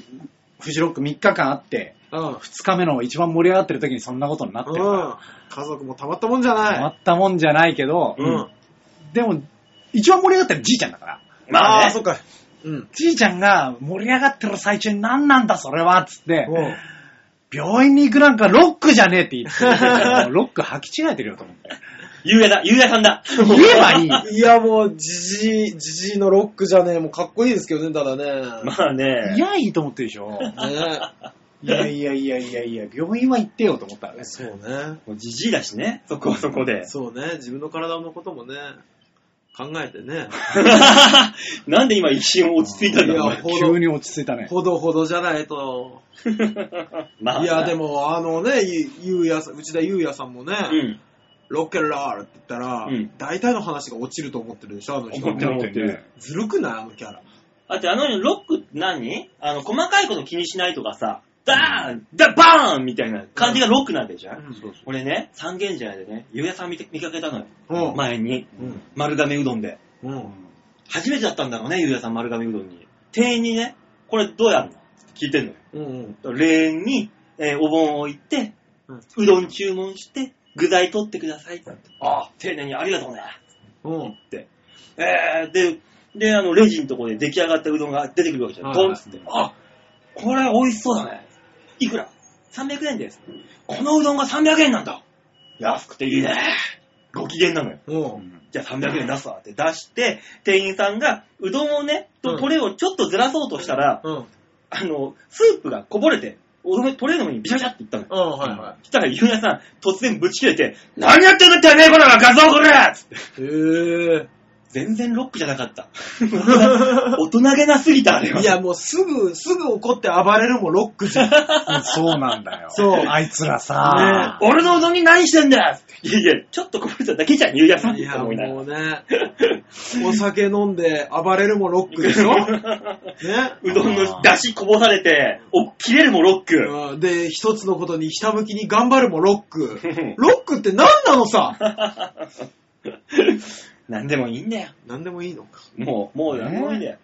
D: フジロック3日間あって、
C: うん。
D: 2日目の一番盛り上がってる時にそんなことになってるから、
C: うん。家族もたまったもんじゃ
D: たま
C: ない。
D: ったもんじゃないけど、
B: うん
D: でも、一番盛り上がってるじいちゃんだから。
B: まあね
C: そっか。うん。
D: じいちゃんが盛り上がってる最中に何なんだそれはっつって、
C: おう
D: 病院に行くなんかロックじゃねえって言ってたけ *laughs* ど、ロック履き違えてるよと思って。
B: ゆうやだ、ゆうやさんだ。
D: 言えばいい。
C: いや、もう、じじい、じじいのロックじゃねえ、もうかっこいいですけどね、ただね。
B: *laughs* まあね。
D: いや、いいと思ってるでしょ。
C: ね
D: いやいやいやいやいや、病院は行ってよと思ったらね。
C: そうね。
B: もうじじいだしね、そこはそこ *laughs* で。
C: そうね。自分の体のこともね、考えてね。
B: なんで今一瞬落ち着いたんだろう
C: いや
B: ね
C: ほど
D: 急に落ち着いたね。
C: ほどほどじゃないと。
B: *laughs* まあ。
C: いや、で
B: も。
C: も、あのね、ゆゆうやさん、内田ゆうやさんもね、
B: うん。
C: ロッケンロールって言ったら、
B: うん
C: 大体の話が落ちると思ってるでしょ、あの人
B: 思ってる思ってる
C: ずるくないあのキャラ。
B: だってあのロックって何あの、細かいこと気にしないとかさ、ダーンダバーンみたいな感じがロックなんでじゃん、
C: うんそう
B: 俺ね、三軒茶屋でね、ゆうやさん見て見かけたのよ。
C: うん。
B: 前に、
C: うん。
B: 丸亀うどんで。
C: う
D: うん
C: ん。
B: 初めてだったんだろうね、ゆうやさん丸亀うどんに。店員にね、これどうやるの聞いてんのよ。
C: うん。
B: レーンに、えーお盆を置いて、うどん注文して、具材取ってくださいって。ああ、丁寧にありがとうね。
C: うん。
B: って。えー、で、で、あの、レジのとこで出来上がったうどんが出てくるわけじゃん。
C: はい
B: ポンっつって。あ、これ美味しそうだね。いくら ?300 円です。このうどんが300円なんだ。安くていいね。ご機嫌なのよ。
C: う。
D: うんん
B: じゃあ300円出すわって出して、店員さんがうどんをね、
C: う
B: と
C: ん
B: トレーをちょっとずらそうとしたら、
C: うん。
B: あの、スープがこぼれて、おどんトレーの上にビシャビシャっていったのよ。
C: うん。はいは
B: そしたら、ゆうやさん、突然ぶち切れて、何やってんだてめえこら画像これつって。
C: い。へ
B: 全然ロックじゃなかった。 *laughs* 大人げなすぎた、あれは。
C: え。いや、もうすぐ、すぐ怒って暴れるもロックじゃん。
D: そうなんだよ。
C: そう
D: あいつらさ、
B: 俺のうどんに何してんだいやいや、ちょっとこぼれただけじゃん、ゆうやさんっ
C: い
B: て
C: や、
B: 思いなが
C: もうね。お酒飲んで暴れるもロックでしょね。
B: ら。うどんの出汁こぼされて、お切れるもロック。 *laughs*
C: うんで、一つのことにひたむきに頑張るもロック。ロックって何なのさ
B: 何でもいいんだよ。
C: 何でもいいのか。
B: もう、もう
D: ね
B: 何でもいいんだよ。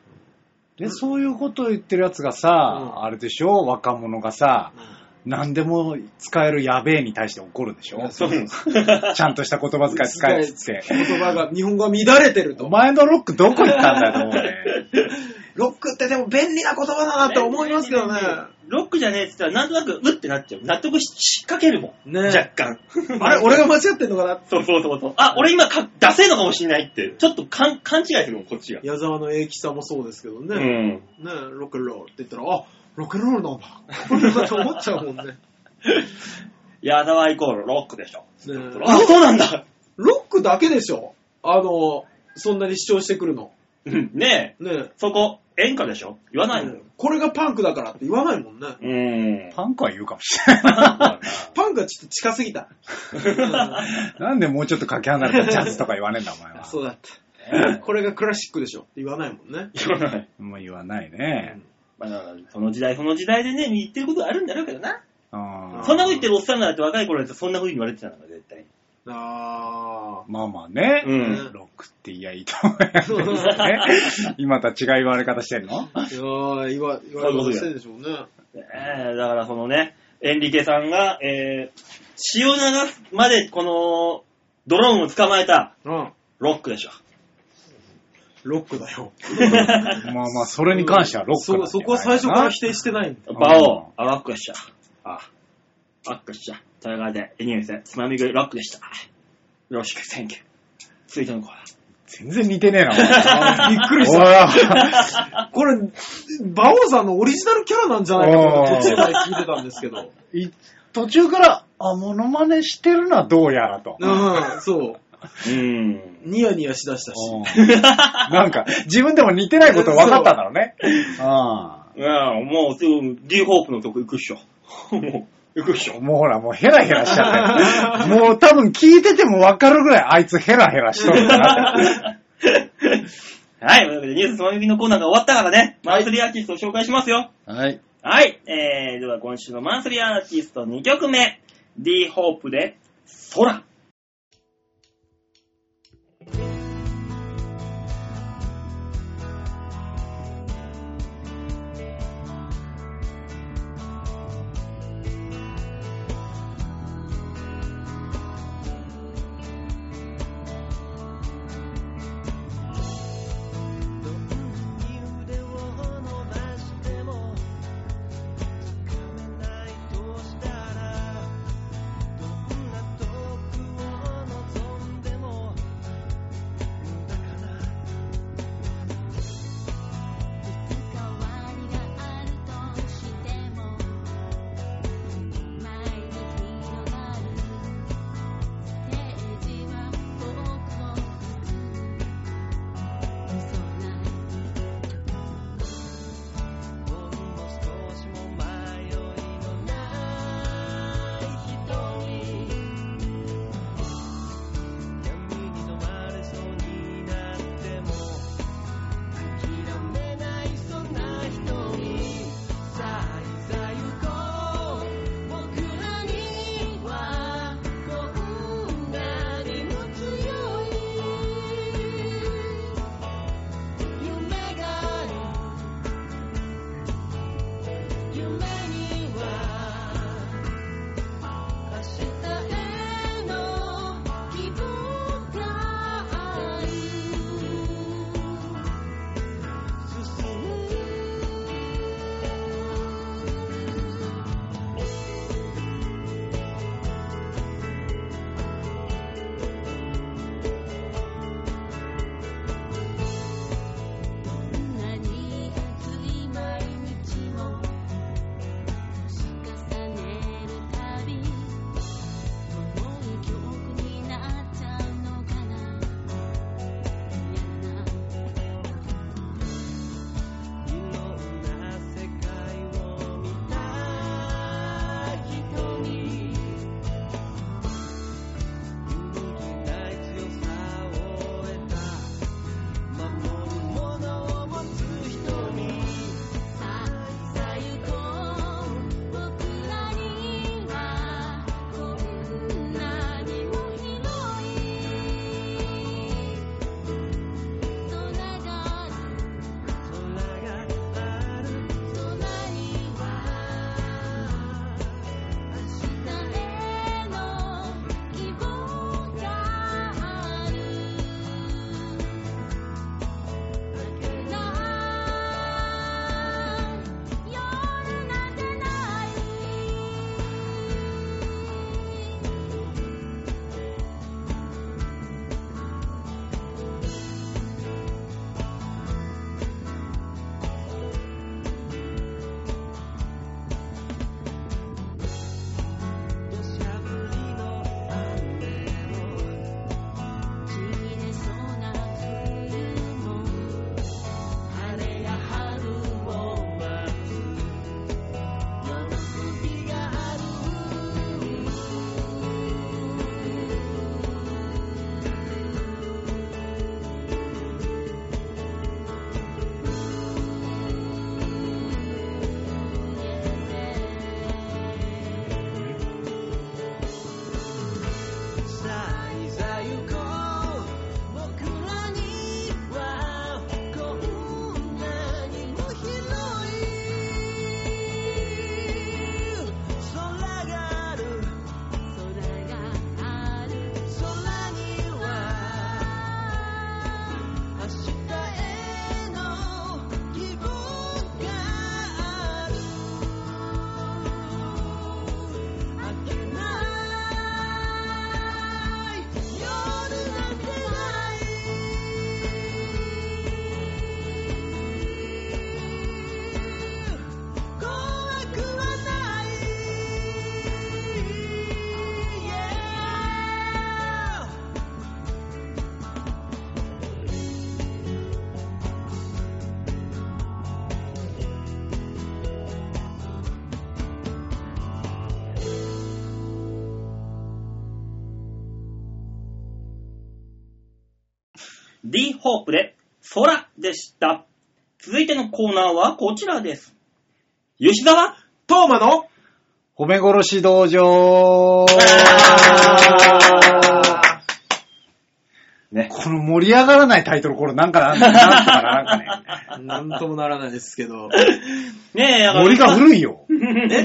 D: で、そういうことを言ってるやつがさ、
C: うん
D: あれでしょ若者がさ、何でも使えるやべえに対して怒るでしょ
B: そうそう
D: ちゃんとした言葉遣い使えっつって。
C: 言葉が、日本語が乱れてる
D: お
C: と。
D: 前のロックどこ行ったんだよと思う *laughs* ね。
C: ロックってでも便利な言葉だなって思いますけどね。
B: ロックじゃねえって言ったら、なんとなく、うってなっちゃう。納得ししかけるもん。
C: ね
B: 若干。
C: あれ、俺が間違ってんのかな
B: *laughs* そうそうそうそう。あ、俺今か、出せんのかもしれないって。ちょっとかん勘違いするもん、こっちが。
C: 矢沢の英吉さんもそうですけど
B: う
C: ね。ね
B: ん。
C: ロックンロールって言ったら、あ、ロックンロールなんだ。これだと思っちゃうもんね。
B: 矢沢イコールロックでしょ。
C: ね
B: あ、そうなんだ。
C: ロックだけでしょあの、そんなに主張してくるの。
B: うんねえ、
C: ね
B: そこ、演歌でしょ言わないのよ。
C: これがパンクだからって言わないもんね。
B: うん。
D: パンクは言うかもしれ *laughs* な
C: パンクはちょっと近すぎた。
D: い。なんでもうちょっとかけ離れたジャズとか言わねえんだお前は。
C: そうだった。これがクラシックでしょって言わないもんね。
B: 言わない。
D: もう言わないね。
B: まあだから、その時代、その時代でね、言ってることあるんだろうけどな。
D: うん
B: そんなこと言ってるおっさんなんて若い頃だとそんな風に言われてたのから、絶対に。
C: あ
D: まあまあね、
B: うん
D: ロックって言いやいいと思うやつね。今とは違う言われ方してるの
C: ー。いやー、言わ、言われ方してるでしょうね。
B: えーだからそのね、エンリケさんが、えー、血を流すまでこのドローンを捕まえた
C: うん。
B: ロック *laughs* でしょ。
C: ロックだよ。
D: まあまあ、それに関してはロックなんだよ
C: そ、そこは最初から否定してないんだ。
B: バオ、あ、ロックでした。あ、ロックでした。というわけで、エニュース、つまみ食いロックでした。よろしく、センキュー。続いてのコーナー。
D: 全然似てねえな、お前
C: あーびっくりした。
D: お
C: これ、馬王さんのオリジナルキャラなんじゃないかと思って途中まで聞いてたんですけど。
D: いい *laughs* 途中から、あ、モノマネしてるのはどうやらと。
C: うん、そう。
B: うーん。
C: ニヤニヤしだしたし。
D: うんなんか、自分でも似てないこと分かったんだろうね。あ
B: いやもう、すぐ、D ホープのとこ行くっしょ。もう、行くっし
D: あ
B: ょ。
D: もうほら、もうヘラヘラしちゃって。 *laughs* もう多分聞いてても分かるぐらい、あいつヘラヘラしとるんだなって。
B: *laughs* はい、というわけで、ニュースつまみ食いのコーナーが終わったからね、マンスリーアーティストを紹介しますよ。
D: はい。
B: はい、えー、では今週のマンスリーアーティスト2曲目、D ホープで、空。
A: どんなに腕を伸ばしても掴めないとしたらどんな遠く
B: D ホープで空でした。続いてのコーナーはこちらです。吉沢
C: トーマの
D: 褒め殺し道場
B: あね。
D: この盛り上がらないタイトル、これなんかな、なんとかな、なんかね。
C: *laughs* なんともならないですけど。
B: ねえ、だから
D: 森が古いよ。ノリが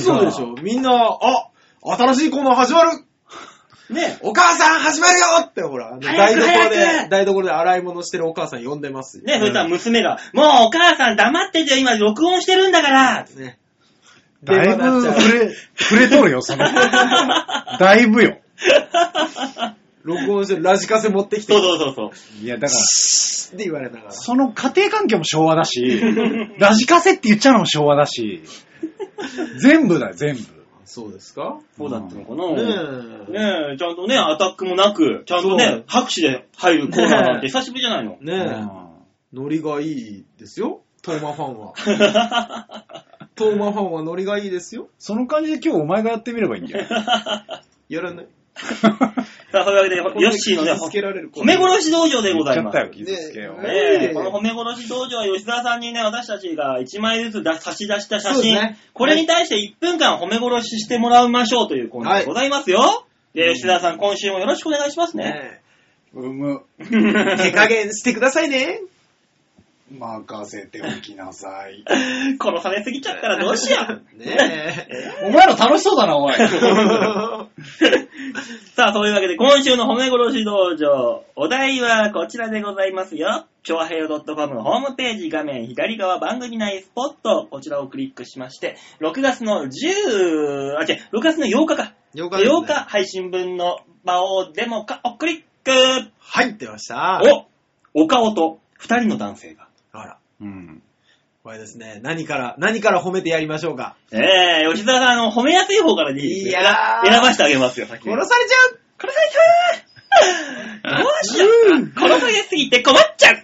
C: *laughs* 嘘でしょみんな、あ、新しいコーナー始まる
B: ね
C: お母さん始まるよってほら、あの
B: 早
C: 台
B: く
C: 所
B: 早
C: で、
B: く
C: 台所で洗い物してるお母さん呼んでます
B: え、
C: よ
B: ねえ、そしたら娘が、もうお母さん黙っててよ、今録音してるんだから *laughs*
C: ね。
D: だいぶ触れ、触れとるよ、その。だいぶよ。
C: 録音してるラジカセ持ってきて、
B: そうそうそうそう。
D: いや、だか
C: っ
D: ら、
C: て言われながら。
D: その家庭環境も昭和だし、ラジカセって言っちゃうのも昭和だし、全部だよ、全部。
C: そうですか
B: そうだったのか
C: ね
B: な、ねえ、ちゃんとね、アタックもなく、ちゃんと
C: そ
B: ね
C: う、
B: 拍手で入るコーナーなんて久しぶりじゃないの
C: *laughs* え。。ねえ。ノリがいいですよ。トーマファン *laughs* は。トーマファンはノリがいいですよ。
D: その感じで今日お前がやってみればいいんじゃない
C: やらない。
B: さあ、そういうわけで、ヨッシーのね、
C: 傷つけられる
B: 褒め殺し道場 *laughs* でござい
D: 言っ
B: ま
D: ち
B: す
D: ゃった。よ、傷つけよ。
C: ね
B: ね
C: え
B: え、
C: え
B: この褒め殺し道場は吉沢さんにね、私たちが1枚ずつ出差し出した写
C: そうで
B: 真、
C: すね
B: これに対して1分間褒め殺ししてもらいましょうというコーナーでございますよ。で、吉沢さん、今週もよろしくお願いしますね。
C: ね
D: うむ、
C: え。手加減してくださいね。
D: 任せておきなさい。
B: *laughs* 殺されすぎちゃったらどうしよう。 *laughs*
C: ね
D: お前ら楽しそうだな、おい。
C: え。
B: さあ、そういうわけで、今週の褒め殺し道場、お題はこちらでございますよ。超平洋 .com のホームページ画面左側番組内スポット、こちらをクリックしまして、6月の10、あ、違う、6月の8日か。
C: よかったですね
B: 8日配信分の場をデモか、おクリック
C: 入ってました。
B: おお顔と2人の男性が。
C: あら。
D: うん。
C: これですね。何から、何から褒めてやりましょうか。
B: ええ吉沢さん、あの、褒めやすい方からでいいですよ
C: いやー
B: 選ばせてあげますよ、先に。
C: 殺されちゃう
B: 殺されたどうしようか殺されすぎて困っちゃう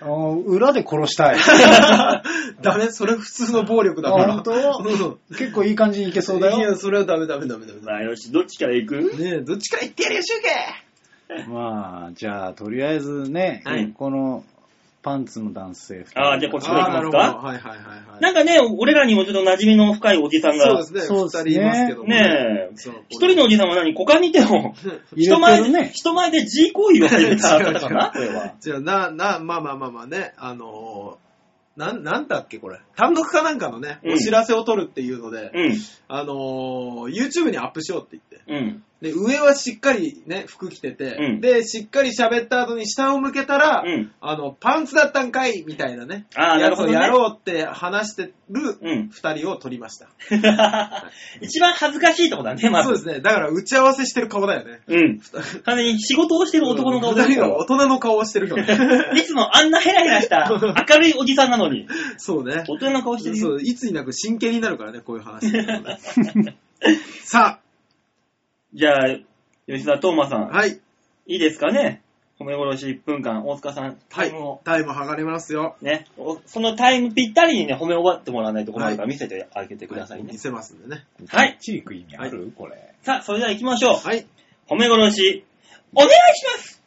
D: *laughs* あの裏で殺したい。
C: *laughs* ダメそれ普通の暴力だから。
D: あ本当
C: うん
D: 結構いい感じにいけそうだ
C: い
D: よ。
C: や、それはダメダメダメダメ。
B: まあ、よし、どっちから行く
C: ねえ、どっちから言ってやるよ、シュウケ
D: まあ、じゃあ、とりあえずね、
B: はい
D: このパンツの男性二人
B: あーじゃあこっちから行き
C: な
B: ま
C: る
B: す
C: ほど。
B: か
C: はいはいはいは。
B: ないんかね、俺らにもちょっと馴染みの深いおじさん
C: そう
B: が
C: で、すね。
D: そう
C: 二
D: で
C: 人
D: すね
C: いますけども
B: ねえ、
C: そう
B: 一人のおじさんは何股間見ても、
D: 入れ
B: 人
D: て
B: 前
D: る
B: で
D: ね、。
B: 人前で G 行為を始めたのかな、こ
C: 違う違う
B: れは。
C: じゃあ、な、な、まあまあまあまあね、あのー、なん、なんだっけこれ。単独かなんかのね、
B: うん
C: お知らせを撮るっていうので、
B: うん、
C: あのー、YouTube にアップしようって言って。
B: うん。
C: で、上はしっかりね、服着てて、
B: うん
C: で、しっかり喋った後に下を向けたら、
B: うん
C: あの、パンツだったんかいみたいなね、
B: あーなるほどね
C: やつをやろうって話してる
B: うん
C: 二人を撮りました。
B: *laughs* 一番恥ずかしいとこだね、まず。
C: そうですね。だから打ち合わせしてる顔だよね。
B: うん。完全に仕事をしてる *laughs* 男の顔で
C: 二人が大人の顔をしてるよね。
B: *laughs* いつもあんなヘラヘラした明るいおじさんなのに、
C: そうね。
B: 大人の顔してる
C: そ
B: よ。
C: う、いつになく真剣になるからね、こういう話。さ
B: *laughs* じゃあ、吉沢トーマさ
C: あ、
B: ん、
C: はい。
B: いいですかね褒め殺し1分間、大塚さん、タ
C: は
B: イ
C: い
B: ムを。。
C: タイム測りますよ。
B: ね、おそのタイムぴったりにね、褒め終わってもらわないと困るから見せてあげてくださいね
C: 見。せますんでね。
B: はい
D: チーク意味あるこれ。
B: さあ、それでは行きましょう。
C: はい。
B: 褒め殺し、お願いします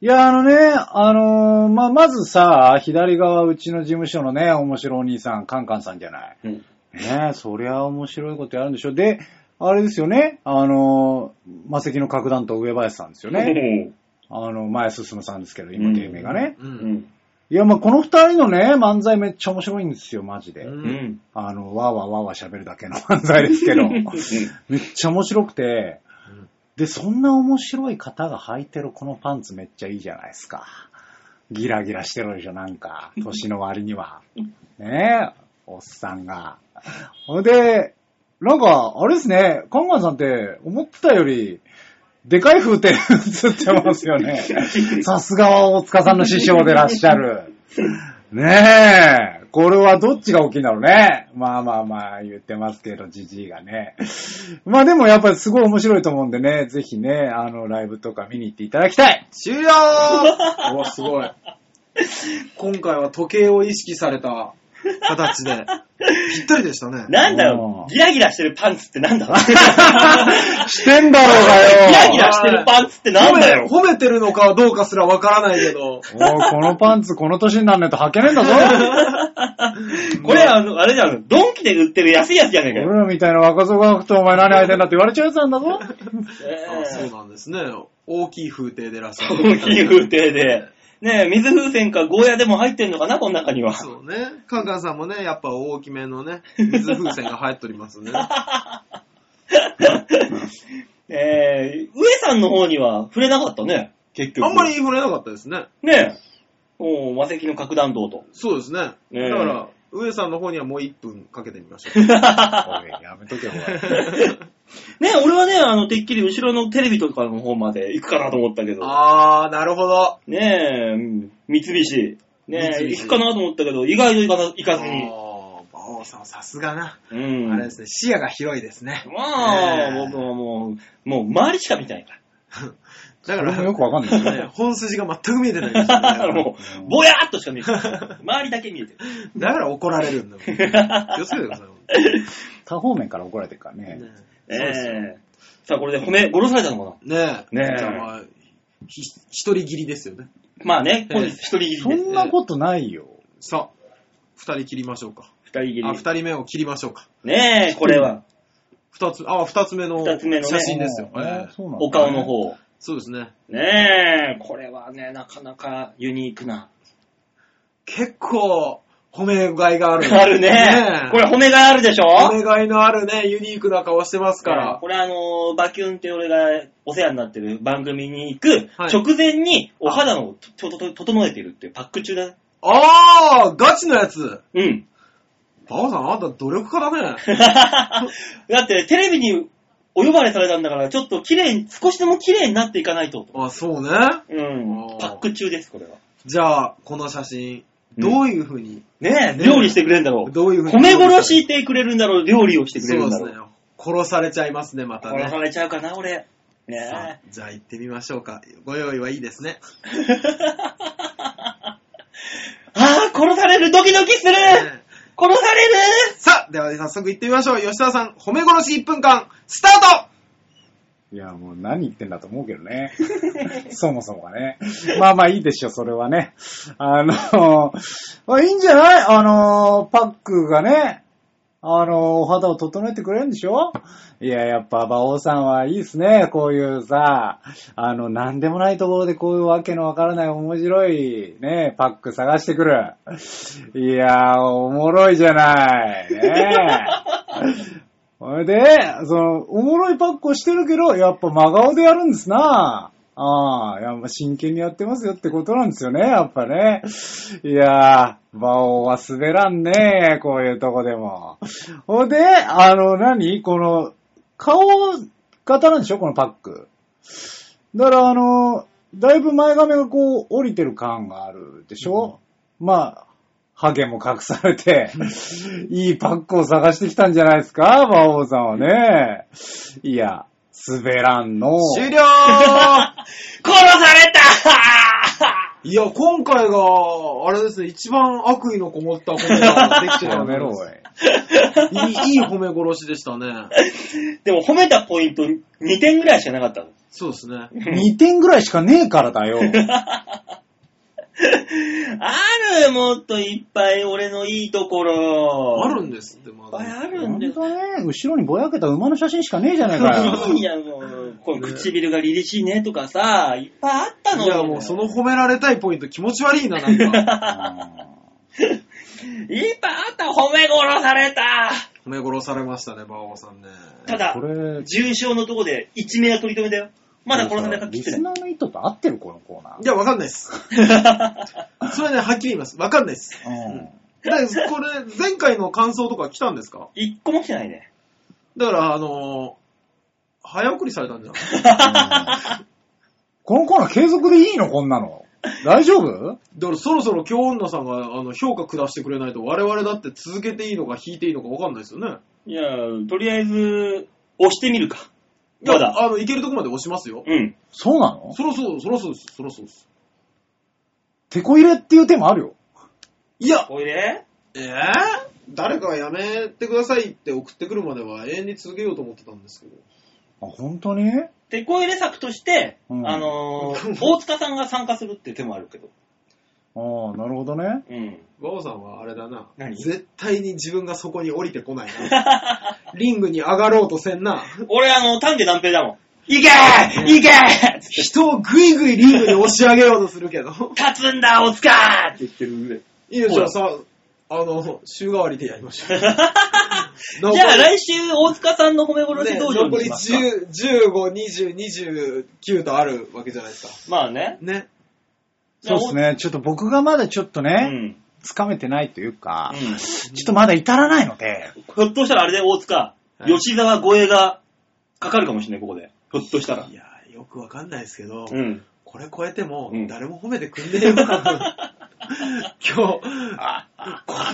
D: いや、あのね、あのーまあ、まずさ、左側、うちの事務所のね、面白いお兄さん、カンカンさんじゃない。
B: うん
D: ねえ、そりゃ面白いことやるんでしょ。で、あれですよね、あのー、魔石の核弾と上林さんです
B: *laughs*
D: よね。あの、前進さんですけど、
B: う
D: 今、
B: ん
D: 芸名がね。
C: う。
B: うんん。
D: いや、まあ、この二人のね、漫才めっちゃ面白いんですよ、マジで。
C: う。
B: うんん。
D: あの、わーわーわーわー喋るだけの漫才ですけど、めっちゃ面白くて、で、そんな面白い方が履いてるこのパンツめっちゃいいじゃないですか。ギラギラしてるでしょ、なんか。年の割には。ねえ、おっさんが。ほんで、なんか、あれですね、カンガンさんって思ってたより、でかい風景映ってますよね。さすがは大塚さんの師匠でらっしゃる。ねえ、これはどっちが大きいんだろうね。まあまあまあ言ってますけど、じじいがね。まあでもやっぱりすごい面白いと思うんでね、ぜひね、あの、ライブとか見に行っていただき
B: *laughs*
D: たい。
C: 終了おすごい。今回は時計を意識された
B: *laughs*
C: 形で。ぴったりでしたね。
B: なんだ
D: あ
B: ろう、
D: ー
B: ギラギラしてるパンツってなんだろう
D: してんだろ
B: ギ
D: う
B: ラ
D: が
B: ギ
D: よ
B: ラしてるパンツってなんだよ。
C: 褒めてるのかどうかすらわからないけど。
D: おいこのパンツこの年になんねえと履けねえんだぞ
B: これ、あの、あれじゃん、ドンキで売ってる安いやつじゃねえか
D: 俺
B: よ。
D: らみたいな若造が履くとお前何履いてんだって言われちゃうやつなんだぞ
C: あそうなんですね。大きい風亭でらっしゃる。
B: 大きい風亭で。ねえ、水風船かゴーヤでも入ってんのかな、この中には。
C: そうね。カンカンさんもね、やっぱ大きめのね、水風船が入っております
B: *laughs*
C: ね。
B: *laughs* えー、上さんの方には触れなかったね、結局。
C: あんまり触れなかったですね。
B: ねえ。おー魔石の核弾頭と。
C: そうですね。
B: ねえ
C: だから、上さんの方にはもう1分かけてみましょ
B: *laughs*
C: う。
D: おいやめとけおい
B: ねえ、俺はね、あの、てっきり後ろのテレビとかの方まで行くかなと思ったけど。
C: あー、なるほど。
B: ねえ、うん三菱。ねえ、
C: 三菱
B: 行くかなと思ったけど、意外と行かな行かずに。
C: あー馬王さん、さすがな。
B: うん。
C: あれですね、視野が広いですね。
B: まあ、
C: ねえ
B: 僕はもう、もう周りしか見てないか
C: だか
D: 俺も
C: ら、
D: よくわかんない
B: *laughs*
D: ですね
C: ね本筋が全く見えてないですよね
B: ら。もう、ぼやーっとしか見え
C: *laughs*
B: てない。周りだけ見えてる。
C: だから怒られるんだ
B: *laughs*
C: もん。気をつけてください本当に
D: 他方面から怒られてるからね
C: ね。そうですよ
B: ええさあ、これで褒め、殺されたのか
C: ねえ。
B: ねえ
C: じゃあまあ、ひ一人切りですよね。
B: なまあね、
C: ええ
B: 本日一人切り
D: そ
B: です。
D: んなことないよ
C: さあ、二人切りましょうか。
B: 二人切り
C: あ、。二人目を切りましょうか。
B: ねえ、これは、
C: 二つ、あ、二つ目の
B: 二つ目のね
C: 写真ですよ。
D: あー
C: ええ
D: そうなんだね
B: お顔の方。
C: そうですね。
B: ねえ、これはね、なかなかユニークな。
C: 結構、褒めがい *laughs* がある。
B: あるね *laughs*
C: え。
B: これ褒めがあるでしょ
C: 褒めがいのあるね、ユニークな顔してますか
B: うん
C: ら。
B: これあのー、バキュンって俺がお世話になってる番組に行く
C: はい
B: 直前にお肌をちょとと整えてるっていうパック中だね。
C: あー、ガチのやつ。
B: うん。
C: バオさん、あんた努力家だね。
B: *laughs* だってテレビにお呼ばれされたんだから、ちょっと綺麗に、少しでも綺麗になっていかないと。
C: あ、そうね。
B: うん。
C: おー
B: パック中です、これは。
C: じゃあ、この写真、どういうふうに、
B: ねえ、
C: ねえ
B: 料理してくれるんだろう。
C: どういうふうに。
B: 米殺してくれるんだろう、料理をしてくれるんだ
C: そう
B: ろ
C: で
B: う
C: す。ね。殺されちゃいますね、また
B: 殺さ
C: ね。
B: れちゃうかな、俺。
C: さ
B: ね
C: あじゃあ行ってみましょうか。ご用意はいいですね。
B: え。 *laughs* ああ、殺される、ドキドキする殺
C: ね
B: される
C: さあ、では早速行ってみましょう。吉田さん、褒め殺し1分間、スタート
D: いや、もう何言ってんだと思うけどね。 *laughs* そもそもがね。まあまあいいでしょ、それはね。あの、 *laughs* まあいいんじゃないあの、パックがね、あの、お肌を整えてくれるんでしょいや、やっぱ、馬王さんはいいですね。こういうさ、あの、なんでもないところでこういうわけのわからない面白いね、パック探してくる。いや、おもろいじゃない。ねえ。それで、その、おもろいパックをしてるけど、やっぱ真顔でやるんですな。ああ、やっぱ真剣にやってますよってことなんですよね、やっぱね。いやー、馬王は滑らんねこういうとこでも。ほんで、あの、何この、顔型なんでしょこのパック。だから、あの、だいぶ前髪がこう、降りてる感があるでしょ、まあ、ハゲも隠さ
B: *laughs*
D: れて、いいパックを探してきたんじゃないですか馬王さんはね。いや、滑らんの。
C: 終了
B: 殺された *laughs*
C: いや、今回が、あれですね、一番悪意のこもった褒めができてた
D: *laughs* や
C: んです
D: めろ、おい。
C: いい、いい褒め殺しでしたね。
B: でも褒めたポイント2点ぐらいしかなかったの。 *laughs*
C: そうですね。
D: 2点ぐらいしかねえからだよ。
B: あるもっといっぱい俺のいいところ。
C: あるんですって、ま
B: いっぱい
C: だ。
B: ある
D: ほ
B: ん
D: ん
B: だよ。
D: とね、後ろにぼやけた馬の写真しかねえじゃないか
B: *laughs*
D: よ。
B: いやもう、この唇が凛々しいねとかさ、いっぱいあったの
C: い
B: に
C: や、もうその褒められたいポイント気持ち悪いな、な
B: *laughs*
C: んか。
B: いっぱいあった褒め殺された
C: 褒め殺されましたね、馬王さんね。
B: ただ
D: こ、れ、
B: 重傷のとこで一命は取り留めだよ。まだ殺されたき
D: リ
B: って
D: ス
B: ない。
D: ナーの意図と合ってるこのコーナ
C: いや、わかんないです。それね、はっきり言います。わかんないです。
B: *laughs*
D: ー。うん。
C: だからこれ、前回の感想とか来たんですか
B: 一個も来てないね。
C: だから、あのー早送りされたんじゃん。
D: このコーナー継続でいいのこんなの。大丈夫
C: だから、そろそろ京女さんが、あの、評価下してくれないと、我々だって続けていいのか引いていいのかわかんないですよね。
B: いや、とりあえず、押してみるか。
C: いや
B: まだ。
C: あの、いけるとこまで押しますよ。
B: うん。
D: そう
B: *laughs*
D: なの
C: そろそろ、そろそろです、そろそろです。
D: テコ入れっていう手もあるよ。
C: いや、
B: おいで
C: えー、誰かがやめてくださいって送ってくるまでは永遠に続けようと思ってたんですけど。
D: あ、本当に
B: 手こ入れ策として、
D: うん
B: あ *laughs* のー大塚さんが参加するっていう手もあるけど。
D: ああ、なるほどね。
B: うん。
C: バオさんはあれだな。
B: 何
C: 絶対に自分がそこに降りてこない *laughs* な。リングに上がろうとせんな。
B: *laughs* 俺、あの、丹下断平だもん。いけーいけーつって
C: 人をぐいぐいリングに押し上げようとするけど。
B: 勝つんだ、大塚ーって言って *laughs* る上。
C: いいよ、じゃあさ、あの、週替わりでやりましょう。
B: じゃあ来週、大塚さんの褒め殺し道場にしますか、
C: ね残り10 15、20、29とあるわけじゃないですか。
B: まあね。
C: ね。
D: そうですね。ちょっと僕がまだちょっと
B: う
D: ね、
B: ん。
D: つかめてないというか、
B: うん
D: ちょっとまだ至らないので、
B: ひょっとしたらあれで大塚、
C: はい
B: 吉沢護衛がかかるかもしれない、ここで。ひょっとしたら
C: い。やー、よくわかんないですけど、
B: うん。
C: これ超えても
B: うん、
C: 誰も褒めてくんねえよ。
B: *laughs*
C: 今日、こ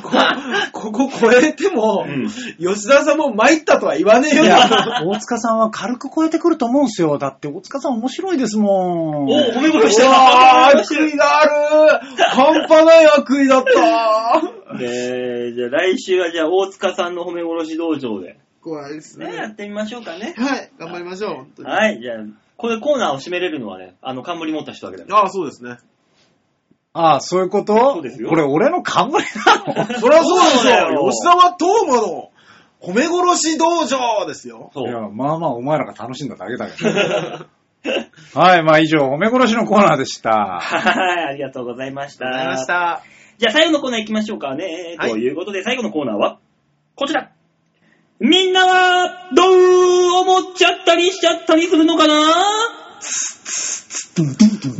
C: こ、ここ超えても、
B: うん
C: 吉田さんも参ったとは言わねえ
D: い
C: よ。
D: や、大塚さんは軽く超えてくると思うんですよ。だって大塚さん面白いです
B: お
D: もん。
B: ー、褒め
C: う
B: 殺し *laughs*
C: わー、
B: た
C: 悔いがある半端ない悪意だった
B: で、じゃあ来週はじゃあ大塚さんの褒め殺し道場で、
C: 怖いです
B: ね、やっ
C: ね。
B: てみましょうかね。
C: はい、頑張りましょう、本当に。
B: はい、じゃあ、これコーナーを締めれるのはね、あの、冠持った人だけだよ。
C: ああ、そうですね。
D: ああ、そういうこと
B: そうですよ
D: これ俺の冠なの
C: そりゃそう
B: そう
C: で
B: だ
C: す
B: よ
C: よ。吉沢東馬の褒め殺し道場ですよ。
B: そ。
D: いうや、まあまあお前らが楽しんだだけだけど。はい、まあ以上、褒め殺しのコーナーでし
B: *laughs*
D: た。
B: はい、ありがとうございました。
C: ありがとうございました。
B: じゃあ最後のコーナー行きましょうかね。
C: はい
B: ということで最後のコーナーは、こちら。みんなは、どう思っちゃったりしちゃったりするのかな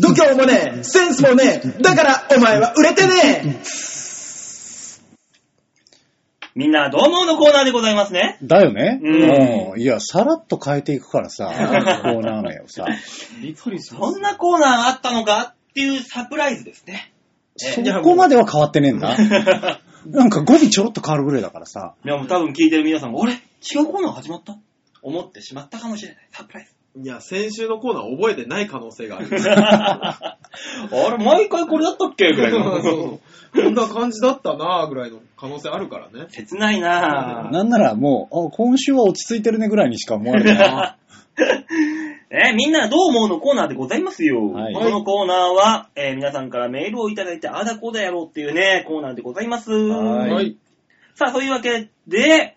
C: 度胸もねえ、センスもねえ、だからお前は売れてね
B: みんなはどう思うのコーナーでございますね。
D: だよね、
B: うん
D: うん。いや、さらっと変えていくからさ、こうなのよ
B: *laughs*
D: さ。
C: えびっくりし
B: そんなコーナーあったのかっていうサプライズです *laughs* ね。
D: そこまでは変わってねえんだ。なんか語尾ちょろっと変わるぐらいだからさ。
B: いやもう多分聞いてる皆さんも、あれ違うコーナー始まった思ってしまったかもしれない。サプライズ。
C: いや、先週のコーナー覚えてない可能性がある。
D: *laughs*
B: あれ毎回これだったっけぐらいの。
C: そうこんな感じだったなぁぐらいの可能性あるからね。
B: 切ないなぁ。
D: なんならもう、あ今週は落ち着いてるねぐらいにしか思われてない。 *laughs*
B: *laughs* えーみんなどう思うのコーナーでございますよ。
D: はい
B: このコーナーは、えー皆さんからメールをいただいて、ああだこうだやろうっていうね、コーナーでございます。
D: はい
B: さあ、そういうわけで、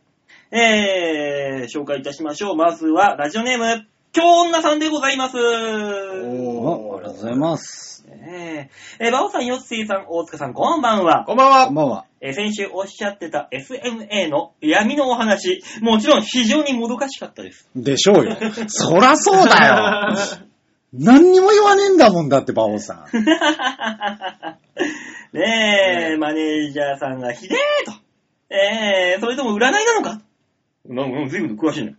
B: えー、紹介いたしましょう。まずは、ラジオネーム、京女さんでございます。
D: あありがとうござい
C: す。
D: ます。
B: えー、えー、バオさん、ヨッシーさん、大塚さん、こんばんは。
C: こんばん
D: こん
C: は。
D: ばんは。
B: えー先週おっしゃってた SMA の闇のお話、もちろん非常にもどかしかったです。 *laughs*
D: でし *laughs* ょうよ。そらそうだよ。 *laughs* 何にも言わねえんだもんだって、馬王さ *laughs* ん。
B: ね
C: ね
B: え、
C: え
B: マネージャーさんがひでえと。ええそれとも占いなのかなんか、随分と詳しいね。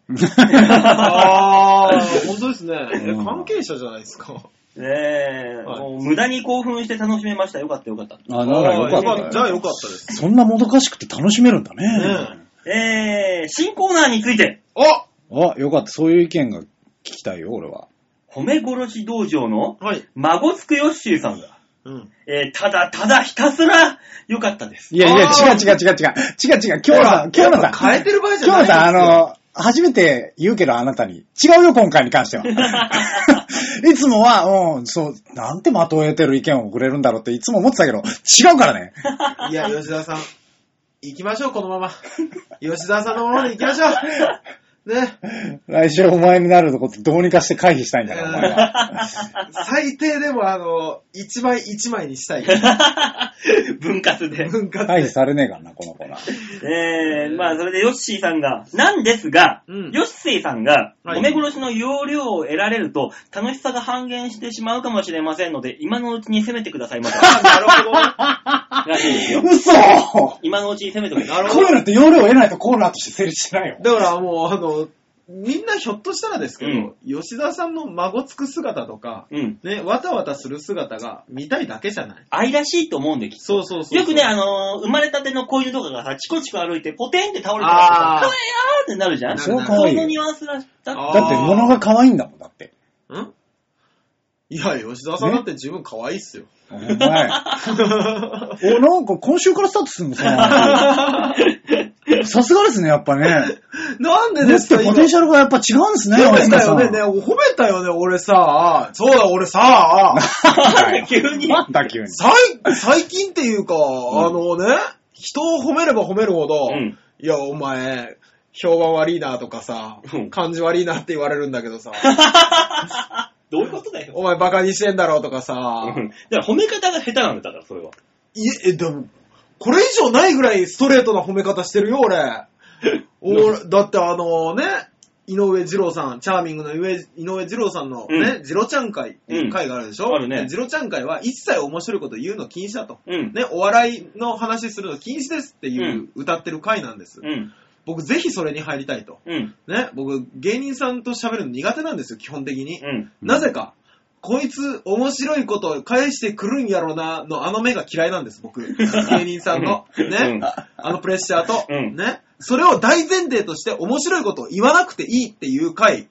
C: ああ、本当ですね。え
D: うん
C: 関係者じゃないですか。
B: *laughs* ねえ、
C: はい
B: もう無駄に興奮して楽しめました。よかったよかった。
D: あ、ならよか
C: あー
D: っ
C: よ
D: た
C: じゃあ
D: よ。
C: よかったです。
D: そんなもどかしくて楽しめるんだね。
C: ね
B: ええ新コーナーについて、
C: あ
D: あ、よかった。そういう意見が聞きたいよ、俺は。
B: 褒め殺し道場の
C: はい。
B: 孫つくよっしーさんが、
C: うん。
B: えーただただひたすら良かったです。 *laughs*
D: いやいや、
C: あー
D: 違う違う違う違う。違う違う。今日さん、今日のさん。
C: 変えてる場合じゃ
D: 今
C: ない
D: 日
C: ですよ。
D: さん、あの、初めて言うけどあなたに。違うよ、今回に関して
C: *laughs*
D: は。いつもは、うん、そう、なんてまとえてる意見をくれるんだろうっていつも思ってたけど、違うか
C: *laughs*
D: らね。
C: いや、吉田さん、行きましょう、このまま。吉田さんのままで行きましょう。ね。
D: 来週お前になることどうにかして回避したいんだから、お前は。
C: 最低でも、あの、一枚一枚にしたい。
B: 分割で。
C: 分割
D: 回避されねえからな、この子な。
B: えー、まあ、それでヨッシーさんが、なんですが、
C: うん
B: ヨッシーさんが、
C: はい
B: おめ殺しの容量を得られると、楽しさが半減してしまうかもしれませんので、今のうちに攻めてくださいませ。
C: あ *laughs* なるほどね。
B: らしいですよ。
D: 嘘こ
B: 今のうちに攻めてください。
C: なる
D: ういうのって容量を得ないとコーナーとして成立しないよ。
C: だからもう、あの、みんなひょっとしたらですけど、
B: うん
C: 吉田さんの孫つく姿とか、
B: うん。
C: ね、わたわたする姿が見たいだけじゃない
B: 愛らしいと思うんで、きっと
C: そうそうそう。
B: よくね、、あのー生まれたての子犬とかがさ、チコチコ歩いて、ポテンって倒れてたらさ、
C: あー
B: かわいいーってなるじゃん。
C: な
B: そ
D: すごい可愛い
B: の
D: よ。
B: *laughs* ニュアンスだった。
C: あー
D: だって物が可愛いんだもん、だって。
C: んいや、吉沢さんだって十分可愛いっすよ。*laughs*
D: お前。お、なんか今週からスタートするの
C: *laughs*
D: その話さすがですね、やっぱね。
C: なんで
D: 持
C: で
D: っ
C: すか
D: てポテンシャルがやっぱ違うんですね、
C: 褒め
D: 吉田
C: た
D: さ
C: よ
D: ん。
C: ね。ね褒めたよね、俺さ。そうだ、俺さ。
B: *laughs* 急に。
D: なんだ急に。
C: 最、最近っていうか、あのね、人を褒めれば褒めるほど、
B: うん
C: いや、お前、評判悪いなとかさ
B: うん、
C: 感じ悪いなって言われるんだけ
B: *laughs*
C: どさ、
B: どういうことだよ。
C: お前バカにしてんだろうとか
B: う
C: さ、
B: んだから褒め方が下手なんだ、だからそれは。
C: いえ、えでも、これ以上ないぐらいストレートな褒め方してるよ、
B: *laughs*
C: 俺。俺、だってあのね、井上二郎さん、チャーミングの井上井上二郎さんのね、
B: うん
C: 二郎ちゃん会っていう会があるでしょ、
B: うんあるね
C: 二郎ちゃん会は一切面白いこと言うの禁止だと。
B: うん。
C: ね、お笑いの話するの禁止ですっていう歌ってる回なんです。
B: うん。
C: 僕ぜひそれに入りたいと。
B: うん。
C: ね、僕芸人さんと喋るの苦手なんですよ、基本的に。
B: うん。
C: なぜか、こいつ面白いことを返してくるんやろな、のあの目が嫌いなんです、
B: *laughs*
C: 僕。芸人さんの。
B: う
C: ね
B: ん。
C: あのプレッシャーと。
B: うん
C: ね。それを大前提として面白いことを言わなくていいっていう回、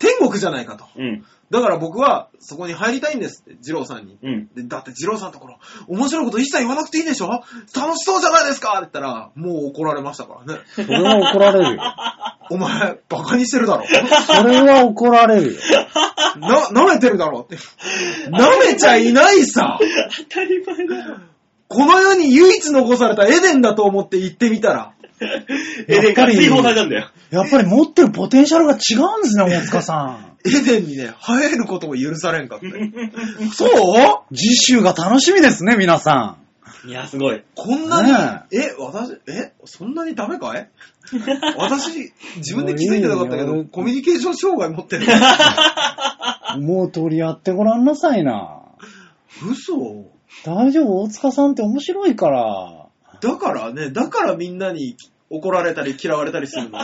C: 天国じゃないかと。
B: うん。
C: だから僕はそこに入りたいんですって、二郎さんに。
B: うん。
C: でだって二郎さんのところ、面白いこと一切言わなくていいでしょ楽しそうじゃないですかって言ったら、もう怒られましたからね。
B: *laughs*
D: それは怒られるよ。
C: お前、バカにしてるだろ。
D: それは怒られるよ。
C: な、舐めてるだろって。舐めちゃいないさ。
B: 当たり前だよ。
C: この世に唯一残されたエデンだと思って行ってみたら、
B: エデンが追放されたんだよ。
D: やっぱり持ってるポテンシャルが違うんですね、大塚さん。
C: エデンにね、生えることも許されん
B: *laughs*
C: かって。そう
D: 次週が楽しみですね、皆さん。
B: いや、すごい。
C: こんなに、
D: ね
C: え、私、え、そんなにダメかい私、自分で気づいてなかったけ
D: もういい
C: ど、
D: よ
C: コミュニケーション障害持って
D: *laughs*
C: るの。
D: 思う通りやってごらんなさいな。
C: 嘘
D: 大丈夫、大塚さんって面白いから。
C: だからね、だからみんなに怒られたり嫌われたりするの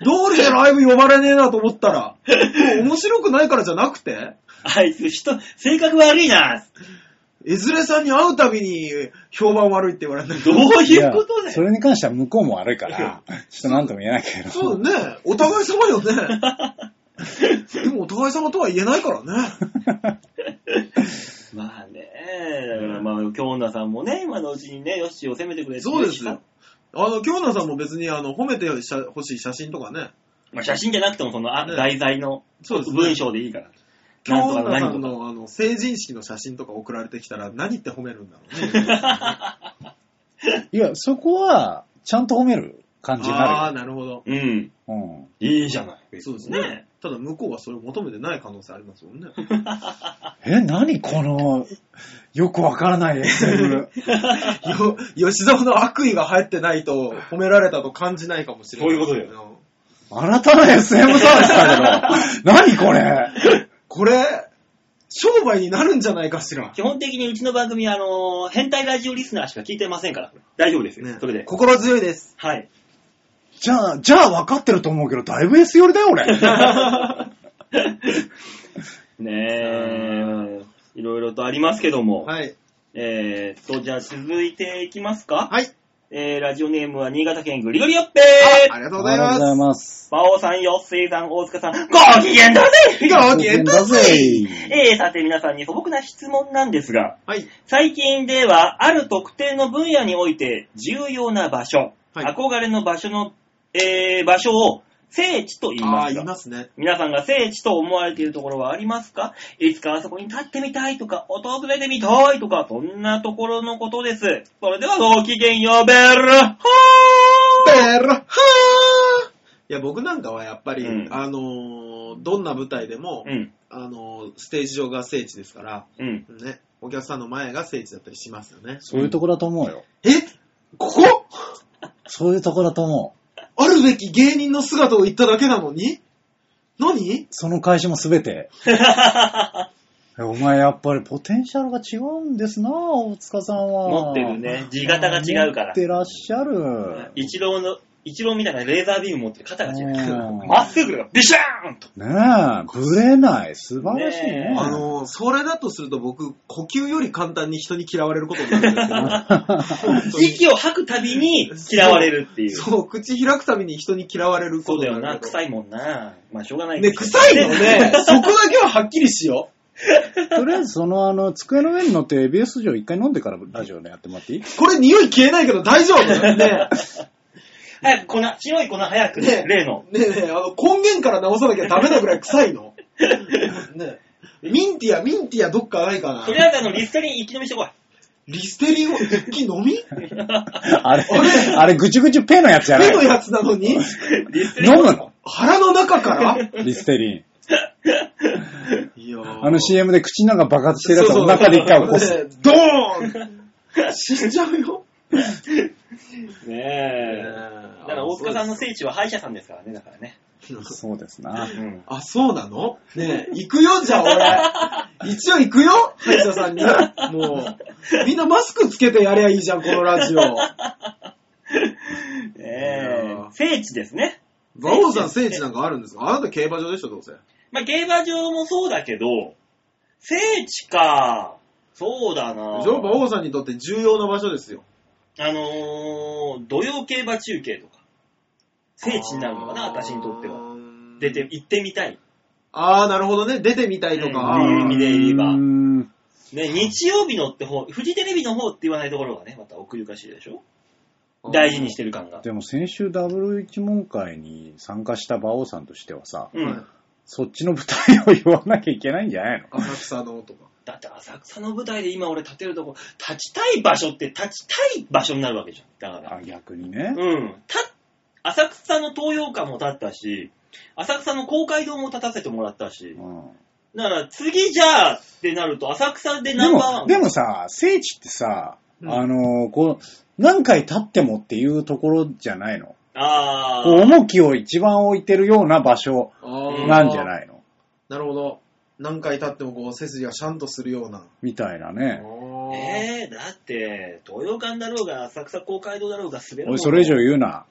C: どうりでライブ呼ばれねえなと思ったら、もう面白くないからじゃなくて、
B: あいつ、人、性格悪いな。
C: えずれさんに会うたびに評判悪いって言われるんだけ
B: どういうこと
D: いや
B: だ
D: そ
B: よ。
D: れに関しては向こうも悪いから、ちょっと何とも言えないけど。
C: そうだね。お互い様よ
D: *laughs*
C: ね。でもお互い様とは言えないからね。
B: まあね、だからまあ、京女さんもね、今のうちにね、ヨッシーを責めてくれて
C: そうです
B: よ
C: よ。あの、京奈さんも別にあの褒めてほしい写真とかね。
B: まあ、写真じゃなくても、その、あ、
C: ね
B: 題材の
C: そうですね
B: 文章でいいから。
C: 京
B: なんとか
C: 奈さん
B: 何とか。
C: のあの成人式の写真とか送られてきたら何って褒めるんだろうね。
D: いや、そこは、ちゃんと褒める感じに
C: ああ
D: な
C: ー、なるほど。
B: うん。
D: るよ。
B: いいじゃない。
C: そうですね
B: ね
C: ただ向こうはそれを求めてない可能性ありますもんね。
D: うん。え、何この、よくわからない SM。
C: よ吉沢の悪意が入ってないと褒められたと感じないかもしれな
B: そ
C: い。
B: ういうこと
C: よ。
D: 新たな SM サービスだけ *laughs* ど、何これ
C: これ、商売になるんじゃないかしら。
B: 基本的にうちの番組、あのー変態ラジオリスナーしか聞いてませんから。大丈夫ですよ。
C: ね
B: それで。
C: 心強いです。
B: はい。
D: じゃあ、じゃあ分かってると思うけど、だいぶ S 寄りだよ、俺。
B: *laughs* ねえ、いろいろとありますけども。
C: はい。
B: えーっと、じゃあ続いていきますか。
C: はい。
B: えー、ラジオネームは新潟県ぐりぐりよっぺ
C: あ
B: ー
C: りがとうございます。
D: ます。
B: 馬王さん、よっせいさん、大塚さん、ご機嫌だぜ
C: ご機嫌だぜ
B: えー、さて皆さんに素朴な質問なんですが、
C: はい。
B: 最近では、ある特定の分野において重要な場所、
C: はい
B: 憧れの場所の、えー、場所を聖地と言い
C: あ
B: ま
C: あ、
B: す
C: い
B: が、
C: ますね。
B: 皆さんが聖地と思われているところはありますかいつかあそこに立ってみたいとか、訪れてみたいとか、そんなところのことです。それではご機嫌よべるは
C: ベルハーいや、僕なんかはやっぱり、
B: うん
C: あのーどんな舞台でも、
B: ーうん、
C: あのーステージ上が聖地ですから、
B: うん。
C: ね、お客さんの前が聖地だったりしますよね。
D: そういうとこだと思うよ。
C: えここ
D: そういうとこだと思う。
C: あるべき芸人の姿を言っただけなのに何
D: その会社もすべ *laughs* て。えお前やっぱりポテンシャルが違うんですな、大塚さんは。
B: 持ってるね。字型が違うか
D: 持
B: ら
D: っ。てらっしゃる。
B: 一郎の、一郎みたいなレーザービーム持ってる肩が違
D: う
B: う。
D: ん
B: まっすぐがビシャーンと。
D: ねえ、ぶれない。素晴らしいね。
B: ねえ
C: あのーそれだとすると僕、呼吸より簡単に人に嫌われることになるん *laughs* ですよ本当に。
B: 息を吐くたびに嫌われるっていう。そう
C: そう、口開くたびに人に嫌われること
B: だ
C: に
B: よ
C: なる
B: な。
C: けど
B: 臭いもんな。まあ、しょうがない
C: *laughs* ね、臭いのね。そこだけははっきりしよ
D: *laughs* とりあえずその、あの、机の上に乗って ABS 上一回飲んでからラジオねやってもらっていい
C: これ匂い消えないけど大
B: *laughs*
C: 丈夫ね
B: *laughs* 早く粉、白い粉早く、
C: ね
B: 例の。
C: え、ねえねえ、あの、根源から直さなきゃダメなぐらい臭いの。ねえミンティア、ミンティアどっかないかな
B: とり。あえずあの、リステリン一気飲みしてこい。 *laughs*
C: リステリンを一気飲み
D: *laughs* あれ、あれ、ぐちゅぐちゅペのやつじゃな
C: 手の
D: い
C: やつなのに、
B: リステリン
D: 飲むの
C: 腹の中から
D: リステリン。
C: いやー
D: あの CM で口の中爆発してる
C: そう
D: やつ
C: そう
D: お腹で一回起こす。
C: ねえドーン死んじゃうよ。
B: ねえ。だから大塚さんの
C: *laughs*
B: 聖地は歯医者さんですからね、だからね。
D: そうですな。
B: *laughs* うん。
C: あ、そうなのねえ、行くよ、じゃあ
D: *laughs*
C: 俺。一応行くよ、歯医者さんに。もう、みんなマスクつけてやりゃいいじゃん、このラジオ。
B: ね
C: い
B: え
C: やー
B: 聖地ですね。
C: 馬王さん聖地なんかあるんですかあなた競馬場でしょ、どうせ。
B: まあ、競馬場もそうだけど、聖地か。そうだな。
C: ジョー馬王さんにとって重要な場所ですよ。
B: あのー、土曜競馬中継とか、聖地になるのかな、
C: あー
B: 私にとっては。出て、。行ってみたい。
C: あー、なるほどね。出てみたいとか。。
B: うん意味で言えば
D: うーん
B: ね、日曜日のって方、フジテレビの方って言わないところがね、また奥ゆかしいでしょ大事にしててる感が。
D: でも先週 W 一問会に参加した馬王さんとしてはさ、
B: う
C: はい
B: ん。
D: そっちの舞台を言わなきゃいけないんじゃないの
C: 浅草のとか。
B: だって浅草の舞台で今俺立てるとこ、立ちたい場所って立ちたい場所になるわけじゃん。だから。
D: あ逆にね。
B: うん。た、浅草の東洋館も立ったし、浅草の公会堂も立たせてもらったし、
D: うん
B: だから次じゃあってなると浅草で
D: で
B: ナンバーワ
D: も、
B: ン。
D: でもさ、聖地ってさ、
C: うん
D: あの、こう、何回経ってもっていうところじゃないの。
B: あ
D: こう、
B: ー。
D: 重きを一番置いてるような場所
C: あー
D: なんじゃないの
C: なるほど。何回経ってもこう、背筋がシャンとするような。
D: みたいな
C: あ
D: ね。
C: ー
B: えー、だって、東洋館だろうが、浅草公会堂だろうが滑る
D: おい、それ以上
B: よ。*laughs*
D: 言うな。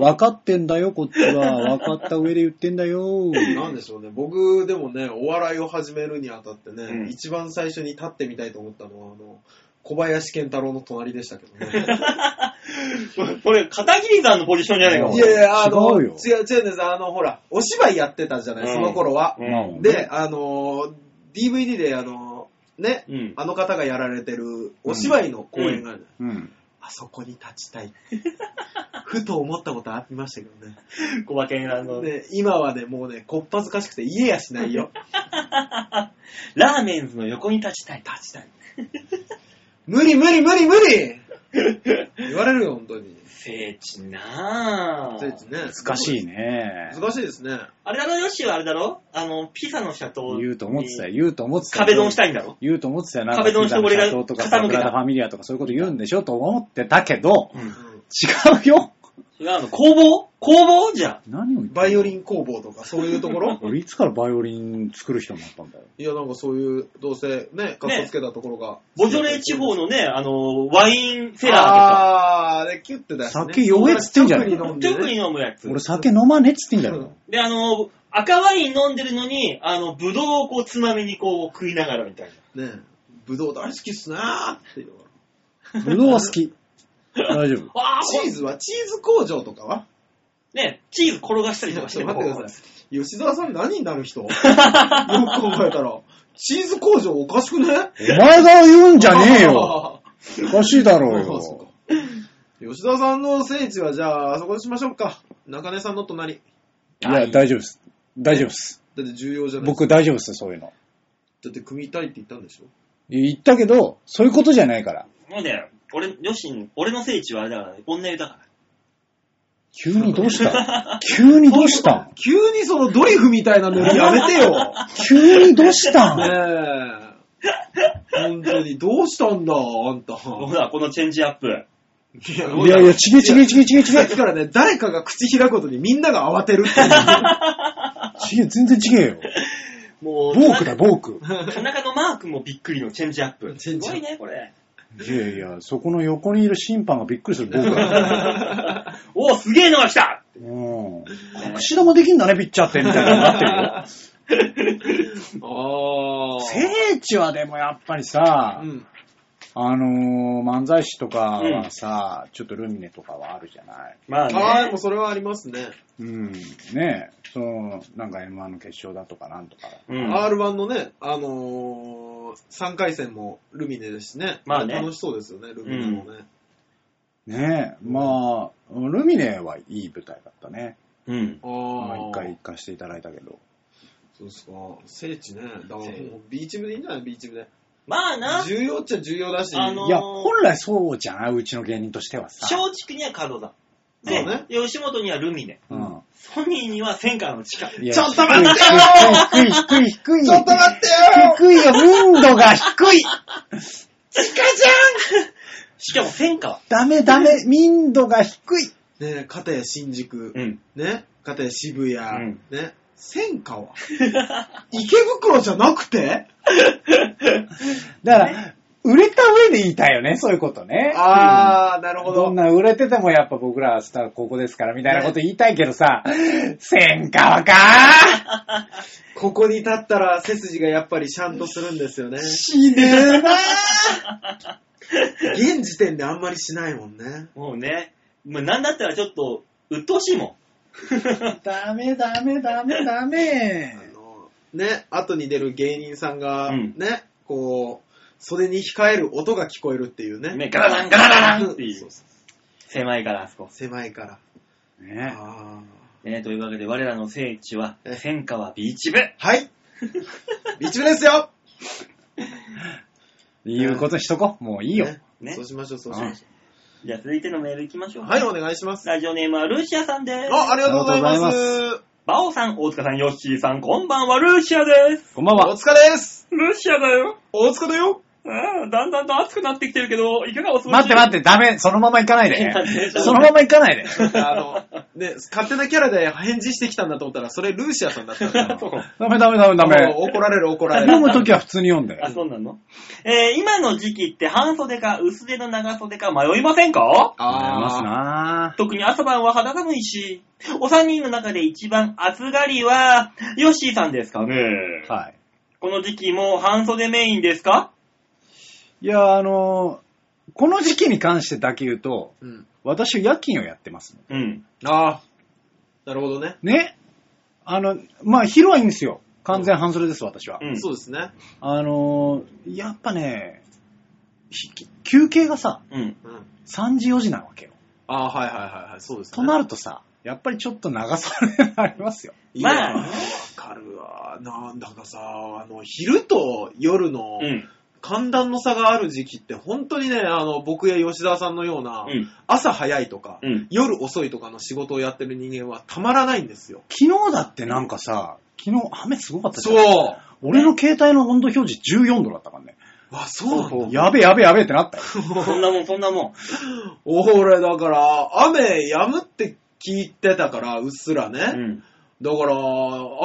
D: 分かってんだよ、こっちは。分かった上で言ってんだよ。
C: なんでしょうね。僕でもね、お笑いを始めるにあたってね、
B: うん
C: 一番最初に立ってみたいと思ったのは、あの、小林健太郎の隣でしたけどね。
B: これ、片桐さんのポジションじゃないか、
D: うん
C: いやいや、あの、
D: 違
C: 違
D: うよ
C: う違うんです。あの、ほら、お芝居やってたじゃない、
B: うん
C: その頃は。
D: うん
C: で、あの、DVD で、あの、ね、
B: うん
C: あの方がやられてるお芝居の公演がある、
D: うん。
C: あそこに立ちたい。 *laughs* ふと思ったことありましたけどね。
B: 小馬健さんの。
C: ね今はね、もうね、こっぱずかしくて言えやしないよ。
B: ラーメンズの横に立ちたい。立ちたい。
C: 無理無理無理無
D: *laughs*
C: 理言われるよ、本当に。
B: 聖地なぁ。
C: そうですね。
D: 難しいね。
C: 難しいですね。
B: あれだろ、ヨッシーはあれだろあの、ピザのシャトー。
D: 言うと思ってたよ。言うと思ってたよ。
B: 壁ドンしたいんだろ
D: 言うと思ってたよ。なんか
B: 壁ドンして俺が
D: ピザの社長とか、
B: 傾けた
D: サグラダ・ファミリアとかそういうこと言うんでしょと思ってたけど、
B: うん。
D: 違うよ。
B: 違うの、工房工房じゃ
D: 何を言ってんの
C: バイオリン工房とかそういうとこ *laughs* ろ
D: 俺いつからバイオリン作る人になったんだよ。
C: いや、なんかそういう、どうせね、かっこつけたところが。
B: ボジョレー地方のね、あの、ワインセラ
C: あー、で、キュッて出して、ね。
D: 酒弱えっつってんじゃねえ
B: ー
D: ー
B: と
C: 直
B: か、
C: に飲ん
B: 特
C: で
B: に
C: ね
B: 飲むやつ。
D: 俺酒飲まねえっつってんじゃ。
C: うんん
B: で、あの、赤ワイン飲んでるのに、あの、ブドウをこう、つまみにこう、食いながらみたいな。
C: ねえ、ぶどう大好きっすなーっていうのが
D: ブドウは好き。大丈夫。
B: わあ、
C: チーズはチーズ工場とかは
B: ね、チーズ転がしたり
C: ち
B: と
C: ょ
B: か
C: っ
B: して
C: と待ってくだ
B: い。
C: さい。吉沢さん何になる
D: *laughs*
C: 人よく考えたら、チーズ工場おかしくね
D: お前が言うんじゃね
C: *laughs*
D: えよ。。おかしいだろう
C: そうかそう
D: よ
C: か。吉田さんの聖地はじゃあ、あそこにしましょうか。中根さんの隣。
D: いや、大丈夫です。大丈夫です。
C: だって重要じゃないですか。
D: 僕大丈夫です、そういうの。
C: だって組みたいって言ったんでしょ
D: 言ったけど、そういうことじゃないから。
B: もうね、俺、ヨシン、俺の聖地はあれだから、女湯だから。
D: 急にど
C: *laughs*
D: うした急にどうしたん
C: 急にそのドリフみたいなノリやめてよ。
D: *laughs* 急にどうしたん
C: ねえ。本当に、どうしたんだ、あんた。
B: ほら、このチェンジアップ。
C: いや
D: いやいや、ちげちげちげちげち
C: さ
D: げ
C: っ。きからね、誰かが口開くことにみんなが慌てるっていう。
D: *laughs* ちげ、全然ち
C: *laughs*
D: げえよ。
B: もう、
D: ボークだ、ボーク。
B: 田中のマークもびっくりのチェンジアップ。
C: チェ
B: す
C: ンジア
B: ご
C: ップ
B: いね、これ。
D: いやいや、そこの横にいる審判がびっくりするボーク
C: *laughs*
D: だ。
B: *laughs* おお、すげえのが来た
D: うん。隠し玉できんだね、ピッチャーって、みたいなのになってる
C: *laughs*
D: よ。
C: ああ。
D: 聖地はでもやっぱりさ、
C: うん。
D: あのー漫才師とか
B: う
D: は
B: ん
D: さ、ちょっとルミネとかはあるじゃない。
B: ま
C: ああ、
B: あ
C: で
B: ね
C: も。それはありますね。
D: うん。ねえ、その、なんか M1 の決勝だとかなんとか。
B: うん。
C: R1 のね、あのー、3回戦もルミネですしね。
B: まあね
C: 楽しそうですよね、ルミネもね。
D: ねえ、まあ、ルミネはいい舞台だったね。
B: うん。
D: ま
C: あ
D: あ
C: あ、
D: 一回行かしていただいたけど。
C: そうですか。聖地ね。だからもう
B: 聖地
C: B チームでいいんじゃない ?B チームで。
B: まあな、
C: 重要っちゃ重要だし。
B: あのー
D: いや、本来そうじゃないうちの芸人としてはさ。
B: 松竹には角座。
C: そうね
B: で、吉本にはルミネ。
D: うん。
B: ソニーには千川の地下。
D: いや
C: ちょっと待って
D: 低い低い低い低い
C: ちょっと待ってよ
D: 低いよ民度が低い
B: 地下じゃんしかも千川。
D: ダメダメ民度が低い
C: ね、かたや新宿、
B: うん。
C: ね、かたや渋谷、
B: うん
C: ね、千川。 *laughs* 池袋じゃなくて
D: だから、売れた上で言いたいよね、そういうことね。
C: ああ、なるほ
D: ど
C: ど。
D: んな売れててもやっぱ僕らはスターここですからみたいなこと言いたいけどさ、千川か
C: ここに立ったら背筋がやっぱりシャンとするんですよ
B: *laughs*
C: ね。
D: 死ねえな
C: 現時点であんまりしないもんね。
B: もうね、もうなんだったらちょっと、鬱陶しいもん。
D: ダメダメダメダメ
C: あの、ね、後に出る芸人さんが、
B: うん
C: ね、こう、袖に控える音が聞こえるっていう
B: *laughs*
C: ね。
B: ね、ガラランガララランっていう。狭いから、あそこ。
C: 狭いから。
D: ね
C: あー
B: ね、というわけで、我らの聖地は
C: え、
B: 千川ビーチ部。
C: はい。一部ですよ
D: いうことしとこう。もういいよ。
C: ね
B: ね
C: そうしましょう、そうしましょ
B: じゃあ、続いてのメールいきましょ
C: う。
B: う。
C: はい、お願いします。あ、
B: ラジオネームはルーシアさんです。
C: ありがとうござい
D: あ
C: ま
D: りがとう
C: す。
B: バオさん、大塚さん、ヨッシーさん、こんばんは、ルーシアです。
D: こんばん
C: 大
D: は。
C: 塚です。
B: ルーシアだよ。
C: 大塚だよ。
B: ああ、だんだんと暑くなってきてるけど、いかがお過ごし。
D: 待って待ってて、ダメ。そのまま行かない
B: いや
D: で
B: ね。
D: そのまま行かないで。
C: あの、ね、勝手なキャラで返事してきたんだと思ったら、それルーシアさんだったんだ
D: *laughs*
C: よ
D: ダメダメダメダメ。
C: もう怒られる怒られ
D: 読む
C: る。
D: ときは普通に読んで。
B: あ、そうなのえー、今の時期って半袖か薄手の長袖か迷いませんか
D: 悩ます
C: あ
D: な
B: 特に朝晩は肌寒いし、お三人の中で一番暑がりは、ヨッシーさんですかね。
D: ぁはい。
B: この時期も半袖メインですか
D: いや、あのー、この時期に関してだけ言うと、
C: ーうん。
D: 私は夜勤をやってます。
B: うん。
C: あーなるほどね。
D: ねあの、まあ、昼はいいんですよ。完全半袖です、私は。
B: うん。
C: そうですね。
D: あのー、やっぱね、ひ休憩がさ、
B: うん。
C: うん。
D: 3時4時なわけよ。
C: あーはいはいはいはい、そうですね。
D: となるとさ、やっぱりちょっと長袖になりますよ。
C: いや
B: まあ
C: わかるわ。なんだかさ、あの、昼と夜の
B: うん。
C: 寒暖の差がある時期って、本当にね、あの、僕や吉沢さんのような、
B: うん。
C: 朝早いとか、
B: うん。 *laughs*
C: 夜遅いとかの仕事をやってる人間はたまらないんですよ。
D: 昨日だってなんかさ、昨日雨すごかったじゃん。
C: そう。
D: 俺の携帯の温度表示14度だったからね。
C: あ、そうなんだ。
D: やべやべやべってなっ
C: *laughs*
D: たよ。
B: そんなもん、そんなもん。
C: 俺、だから、雨やむって聞いてたから、うっすらね。
B: うん。
C: だから、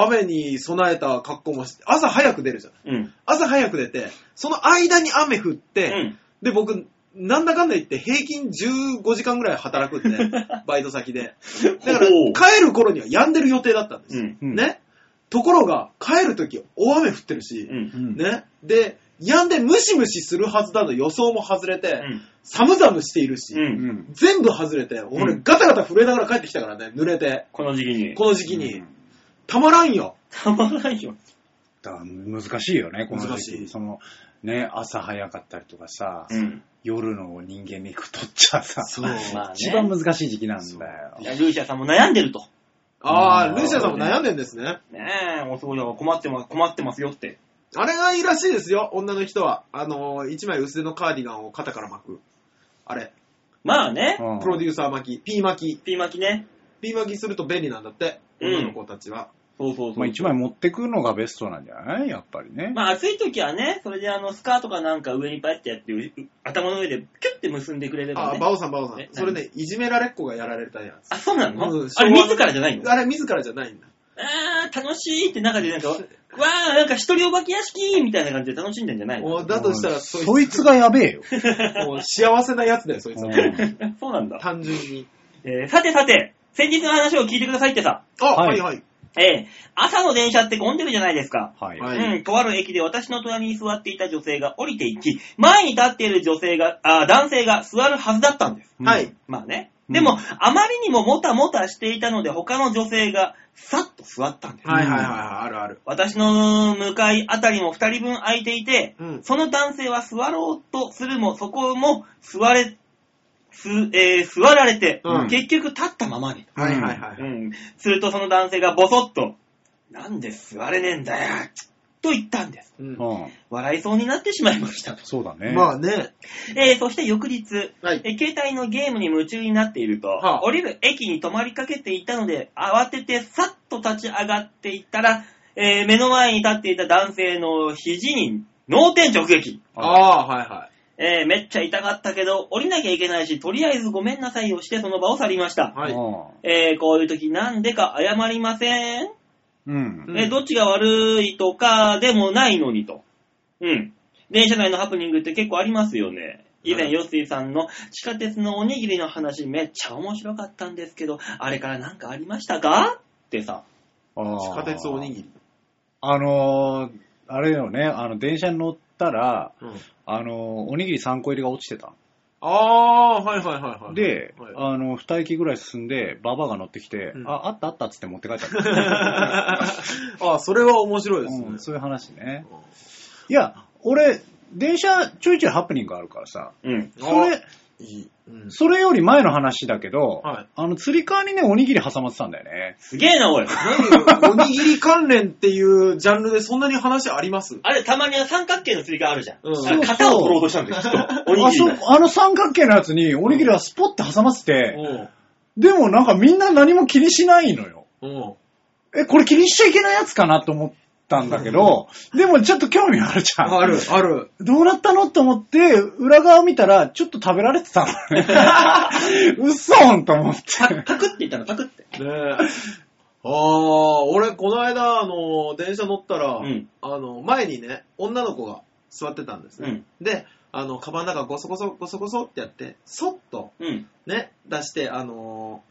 C: 雨に備えた格好もして、朝早く出るじゃん。
B: うん。
C: 朝早く出て、その間に雨降っ
B: う
C: て、
B: ん。
C: で、僕、なんだかんだ言って平均15時間ぐらい働くんで、
B: *laughs*
C: バイト先で。だから、
B: ほう
C: 帰る頃には止んでる予定だったんです
B: う
C: よ。
B: ん。
D: うん
C: ね。ところが、帰る時大雨降ってるし
B: う、ん。
D: うん
C: ね。で、止んでムシムシするはずだの予想も外れ
B: う
C: て、
B: ん。
C: 寒々しているし、
B: う。
D: うんん
C: 全部外れて、俺
B: うん
C: ガタガタ震えながら帰ってきたからね、濡れて、
B: この時期に。
C: この時期に。たまらんよ。
B: たまらんよ。
D: だから難しいよね、この
C: 難
D: 時
C: し
D: 期。
C: い
D: その、ね、朝早かったりとかさ、
B: うん。
D: 夜の人間にとっちゃさ、
C: そう。
B: まあね。
D: 一番難しい時期なんだよ
B: い。やルーシアさんも悩んでると。
C: あー、ルーシアさんも悩んでんですね。
B: ねえ、おそうよ、困ってます、困ってますよって。
C: あれがいいらしいですよ、女の人は。あのー、一枚薄手のカーディガンを肩から巻く。あれ、
B: まあね、
D: うん
C: プロデューサー巻き、ピー巻き。
B: ピー巻きね。
C: ピー巻きすると便利なんだって、
B: うん
C: 女の子たちは。
B: そうそうそう。
D: まあ一枚持ってくのがベストなんじゃないやっぱりね。
B: まあ暑い時はね、それであの、スカートかなんか上にパイってやって、う頭の上でキュッて結んでくれれば
C: あ、
B: ね。
C: バオさん、バオさん
B: え。
C: それね、いじめられっ子がやられたやつ。
B: あ、そうなの、
C: うん
B: あれ自らじゃないのあ
C: あれ、自らじゃないんだ。
B: あー、楽しいって中でなんか、わー、なんか一人お化け屋敷みたいな感じで楽しんでんじゃないの
C: おだとしたら、そ
D: そ
C: い
D: いつがやべえよ。
C: つ、もう幸せなやつだよ、そいつ
D: う
C: は。
B: *laughs*
D: ん
B: そうなんだ。
C: 単純に。
B: えー、さてさて、先日の話を聞いてくださいってさ、
C: あ、
D: は
C: はいいはい。
B: ええ、朝の電車って混んでるじゃないですか。
D: は
C: *laughs*
D: い。
C: はい
B: うん、とある駅で私の隣に座っていた女性が降りていき、前に立っている女性が、あ男性が座るはずだったんです。
D: うん
C: はい。。
B: まあね。
D: うん
B: でも、あまりにももたもたしていたので、他の女性がさっと座ったんです。
C: はいはいはいはい、あるある。
B: 私の向かいあたりも二人分空いていて、
C: うん。
B: その男性は座ろうとするも、そこも座れ、すえー座られて、
C: うん
B: 結局立ったままに。
C: はいはいは
B: う
C: い。
B: ん。するとその男性がボソッと、なんで座れねえんだよ、と言ったんです。
C: うん
D: うん。
B: 笑いそうになってしまいました。
D: そうだね。
C: まあね。
B: えーそして翌日、
C: はい
B: えー携帯のゲームに夢中になっていると、
C: はあ
B: 降りる駅に止まりかけていたので、慌ててさっと立ち上がっていったら、えー目の前に立っていた男性の肘に脳天直撃。
D: あ。
C: ああ、はいはい。
B: えーめっちゃ痛かったけど、降りなきゃいけないし、とりあえずごめんなさいをしてその場を去りました。
C: はい
D: い。
B: えーこういう時なんでか謝りません、
D: うん。
C: うん
B: えーどっちが悪いとかでもないのにと。うん。電車内のハプニングって結構ありますよね。以
C: は
B: 前、
C: い
B: ヨッシーさんの地下鉄のおにぎりの話めっちゃ面白かったんですけど、あれからなんかありましたかってさ。
D: 地
C: 地下鉄おにぎり。
D: あのー、あれよね、あの、電車に乗ったら、
C: うん
D: あのー、おにぎり3個入りが落ちてた
C: ああ、はいはいはいは
D: の。
C: い。
D: で
C: はい、
D: あの、2駅ぐらい進んで、ババアが乗ってきて
C: う、ん
D: あ、あったあったっつって持って帰っちゃった。
C: *laughs* ああ、それは面白いですね。
D: うんそういう話ね。いや、俺、電車ちょいちょいハプニングあるからさ、
B: うん。
D: それ、
C: いい。うん
D: それより前の話だけど、
C: はい
D: あの、釣り革にね、おにぎり挟まってたんだよね。
B: すげえな、おい。
C: 何おにぎり関連っていうジャンルでそんなに話あります
B: あれ、たまには三角形の釣りがあるじゃん。
C: うん
B: あれ型を取ろうとしたんだよ、きっと。おに
D: あ
B: ぎり
D: そ
B: が。
D: あの三角形のやつにおにぎりはスポッて挟まって
C: う
D: て、
C: ん。
D: でもなんかみんな何も気にしないのよ。
C: うん。
D: え、これ気にしちゃいけないやつかなと思ったんだけど、でもちょっと興味あるじゃん。
C: ある、ある。
D: どうなったのと思って、裏側見たら、ちょっと食べられてたのね。嘘んと思って。
B: パクって言ったの、パクって。
C: ねえ。ああ、俺、この間、あの、電車乗ったら、
B: うん
C: あの、前にね、女の子が座ってたんですね。で、あの、カバンの中ゴソゴソ、ゴソゴソってやって、そっと、
B: うん。
C: ね、出して、あの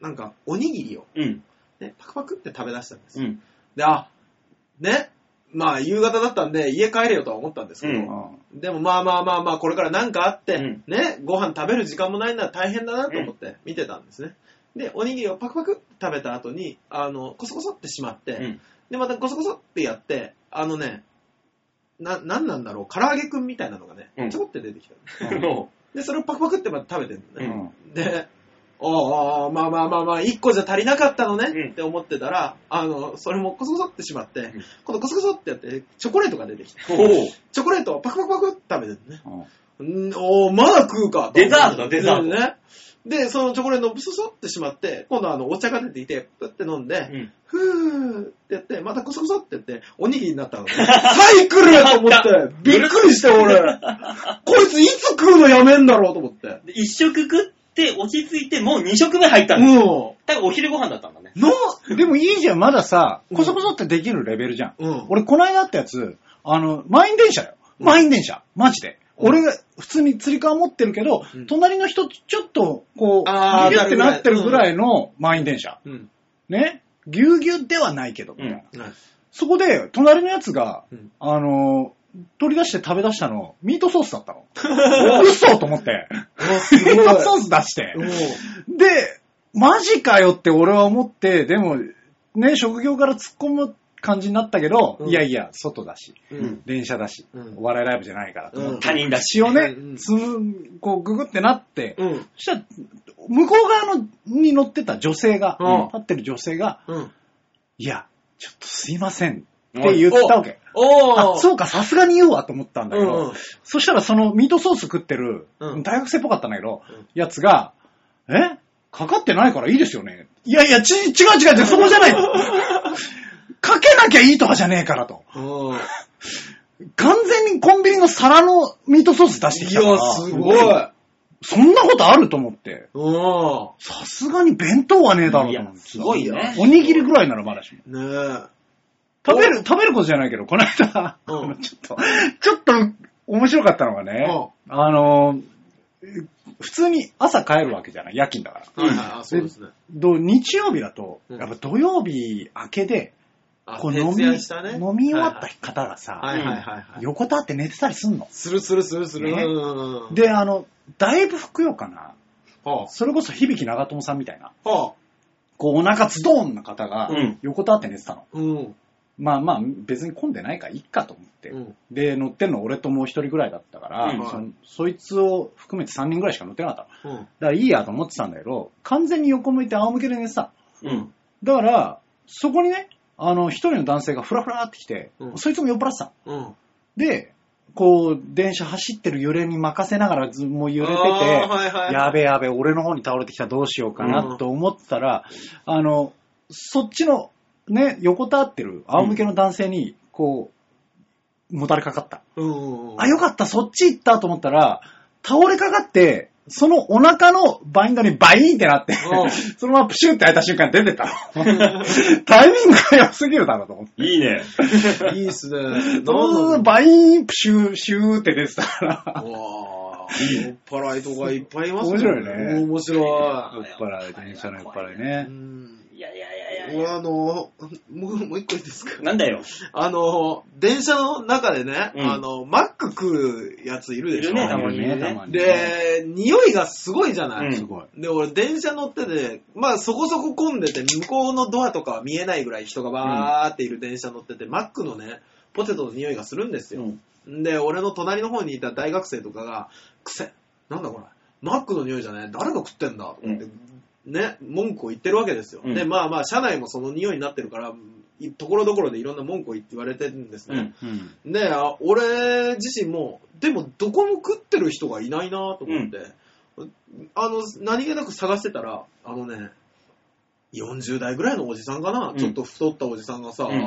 C: ーなんか、おにぎりを、
B: うん。
C: ね、パクパクって食べ出したんです
B: う
C: よ。
B: ん。
C: で、あ、ね、まあ、夕方だったんで、家帰れよとは思ったんですけど、
B: う
C: でもまあまあまあまあ、これからなんかあって、
B: うん
C: ね、ご飯食べる時間もないなら大変だなと思って見てたんですね。で、おにぎりをパクパクって食べた後に、あの、コソコソってしまって、
B: うん。
C: で、またコソコソってやって、あのね、な、なんなんだろう、唐揚げくんみたいなのがね
B: うん、
C: ちょこって出てきたの。
B: も
C: で、それをパクパクってまた食べてるのね。
D: うん
C: で、おうおうおうまあまあまあまあ、1個じゃ足りなかったのね、
B: うん
C: って思ってたら、あの、それもコソコソってしまって、今度コソコソってやって、チョコレートが出てきて、
B: うおう
C: チョコレートをパクパクパクって食べてるのね。
D: うん
C: んおー、まだ食うかと。
B: デザートだデザート
C: ね。で、そのチョコレートをブソソってしまって、今度はあの、お茶が出ていて、プって飲んで、
B: うん。
C: ふーってやって、またコソコソってやって、おにぎりになったの。サイクルや
B: *laughs*
C: と思って、びっくりして俺、こいついつ食うのやめんだろうと思って。
B: で一食食って落ち着いて、もう二食目入ったんだ。
C: も
B: 多分お昼ご飯だったんだね。
C: うん、の、
D: でもいいじゃん、まださ、
C: うん
D: こそこそってできるレベルじゃん。
C: うん
D: 俺、この間あったやつ、あの、満員電車よ。満員電車。マジで。
C: うん
D: 俺が普通に釣り革持ってるけど、
C: うん
D: 隣の人、ちょっと、こう、
C: あー
D: ギュってなってるぐらいの満員電車。
C: うん。
D: ね。ぎゅうぎゅうではないけど、み
B: う。
D: たいなんそこで、隣のやつが、
C: うん
D: あのー、取り出して食べ出したの、ミートソースだった
C: *laughs*
D: の。嘘と思って。
C: すご
D: ミ
C: い。
D: ートソ
C: も
D: ース出して。で、マジかよって俺は思って、でも、ね、職業から突っ込む感じになったけど、
C: うん
D: いやいや、外だし、
C: う、
B: うん
D: 電車だし、
C: うん
D: お笑いライブじゃないからと思って、
B: 他人だし。
D: 血を
C: *laughs*
D: ね
C: う、ん
D: つむ、こう、ググってなって、
C: うん。
D: そしたら、向こう側のに乗ってた女性が、
C: うん
D: 立ってる女性が、
C: うん。
D: いや、ちょっとすいませんって言ったわけ。
C: お
D: あ、
C: ー。
D: そうか、さすがに言うわと思ったんだけ
C: うんう
D: ど、
C: ん
D: そしたらそのミートソース食ってる、
C: うん
D: 大学生っぽかったんだけど、
C: うん
D: やつが、えかかってないからいいですよね。いやいや、ち、違う違う違う、そこじ
C: *laughs*
D: ゃない。かけなきゃいいとかじゃねえからと。
C: うん。
D: 完全にコンビニの皿のミートソース出してき
C: い
D: たから。
C: や、すごい。
D: そんなことあると思って。
C: うん。
D: さすがに弁当はねえだろうと思って。
B: すごいよね。
D: おにぎりぐらいならまだしも。
C: ねえ。
D: 食べる、食べることじゃないけど、この間、あ
C: うん
D: のちょっと、ちょっと面白かったのがね、あの、普通に朝帰るわけじゃない。夜勤だから。
C: はいはい、あ、そうですね。
D: ど日曜日だと、
C: うん
D: やっぱ土曜日明けで、
C: あ
D: こう飲
C: 徹
D: み、
C: 夜したね。
D: 飲み終わった方がさ、
C: はいはいはいはいはい。
D: 横たわって寝てたりすんの。
C: するするするする。
D: ね
C: うん、
D: で、あの、だいぶふくよかな。
C: は
D: それこそ響長友さんみたいな、
C: あ、はあ、
D: こうお腹ズドーンな方が
B: うん
D: 横たわって寝てたの。
C: うん、
D: まあまあ、別に混んでないからいっかと思って。
C: うん、
D: で、乗ってんの俺ともう一人ぐらいだったから、
B: うん
D: そのそいつを含めて3人ぐらいしか乗ってなかったの。
C: うん。
D: だからいいやと思ってたんだけど、完全に横向いて仰向けで寝てた。
B: うん。
D: だから、そこにね、あの、一人の男性がフラフラって来て、
C: うん
D: そいつも酔っ払ってた。
C: うん。
D: で、こう、電車走ってる揺れに任せながらずもう揺れてて、
C: あーはいはい
D: やべやべ、俺の方に倒れてきたどうしようかなと思ってたら、あの、そっちの、ね、横たわってる仰向けの男性に、こう、もたれかかった。
C: うん。
D: あ、よかった、そっち行ったと思ったら、倒れかかって、そのお腹のバインドにバイーンってなって
C: うん、
D: *laughs* そのままプシュンって開いた瞬間に出てったの。タイミングが良すぎるだろうと思って。
B: いいね。
C: いいっすね。なんだ
D: どう
C: ろ
D: ぞ
C: う
D: バイーン、プシュー、シューって出てたから。
C: わあ酔っ払いとかいっぱいいます
D: 面白いね
C: 面白
D: 酔っ払い、電車の酔っ払いね
C: い。う。ん。
B: いやいやいやいやい
C: 俺あの、もう、もう一個いいですか
B: や。なんだよ。
C: あの、電車の中でね、
B: うん
C: あの、マック食うやついるでしょ。
B: いるね
D: あいる
B: たま
D: たまにね
C: で、匂いがすごいじゃない、
B: うん
D: すごい。
C: で、俺、電車乗ってて、まあ、そこそこ混んでて、向こうのドアとかは見えないぐらい人がバーっている電車乗ってて、マックのね、ポテトの匂いがするんですよ。で、俺の隣の方にいた大学生とかが、くせ、なんだこれ、マックの匂いじゃね誰が食ってんだとかって、ね、文句を言ってるわけですよ。
B: うん
C: で、まあまあ、車内もその匂いになってるから、いところどころでいろんな文句を言って言われてるんですね。
D: うん。
C: で、あ俺自身も、でもどこも食ってる人がいないなと思って、あの、何気なく探してたら、あのね、40代ぐらいのおじさんかな、
B: うん
C: ちょっと太ったおじさんがさ、
B: うん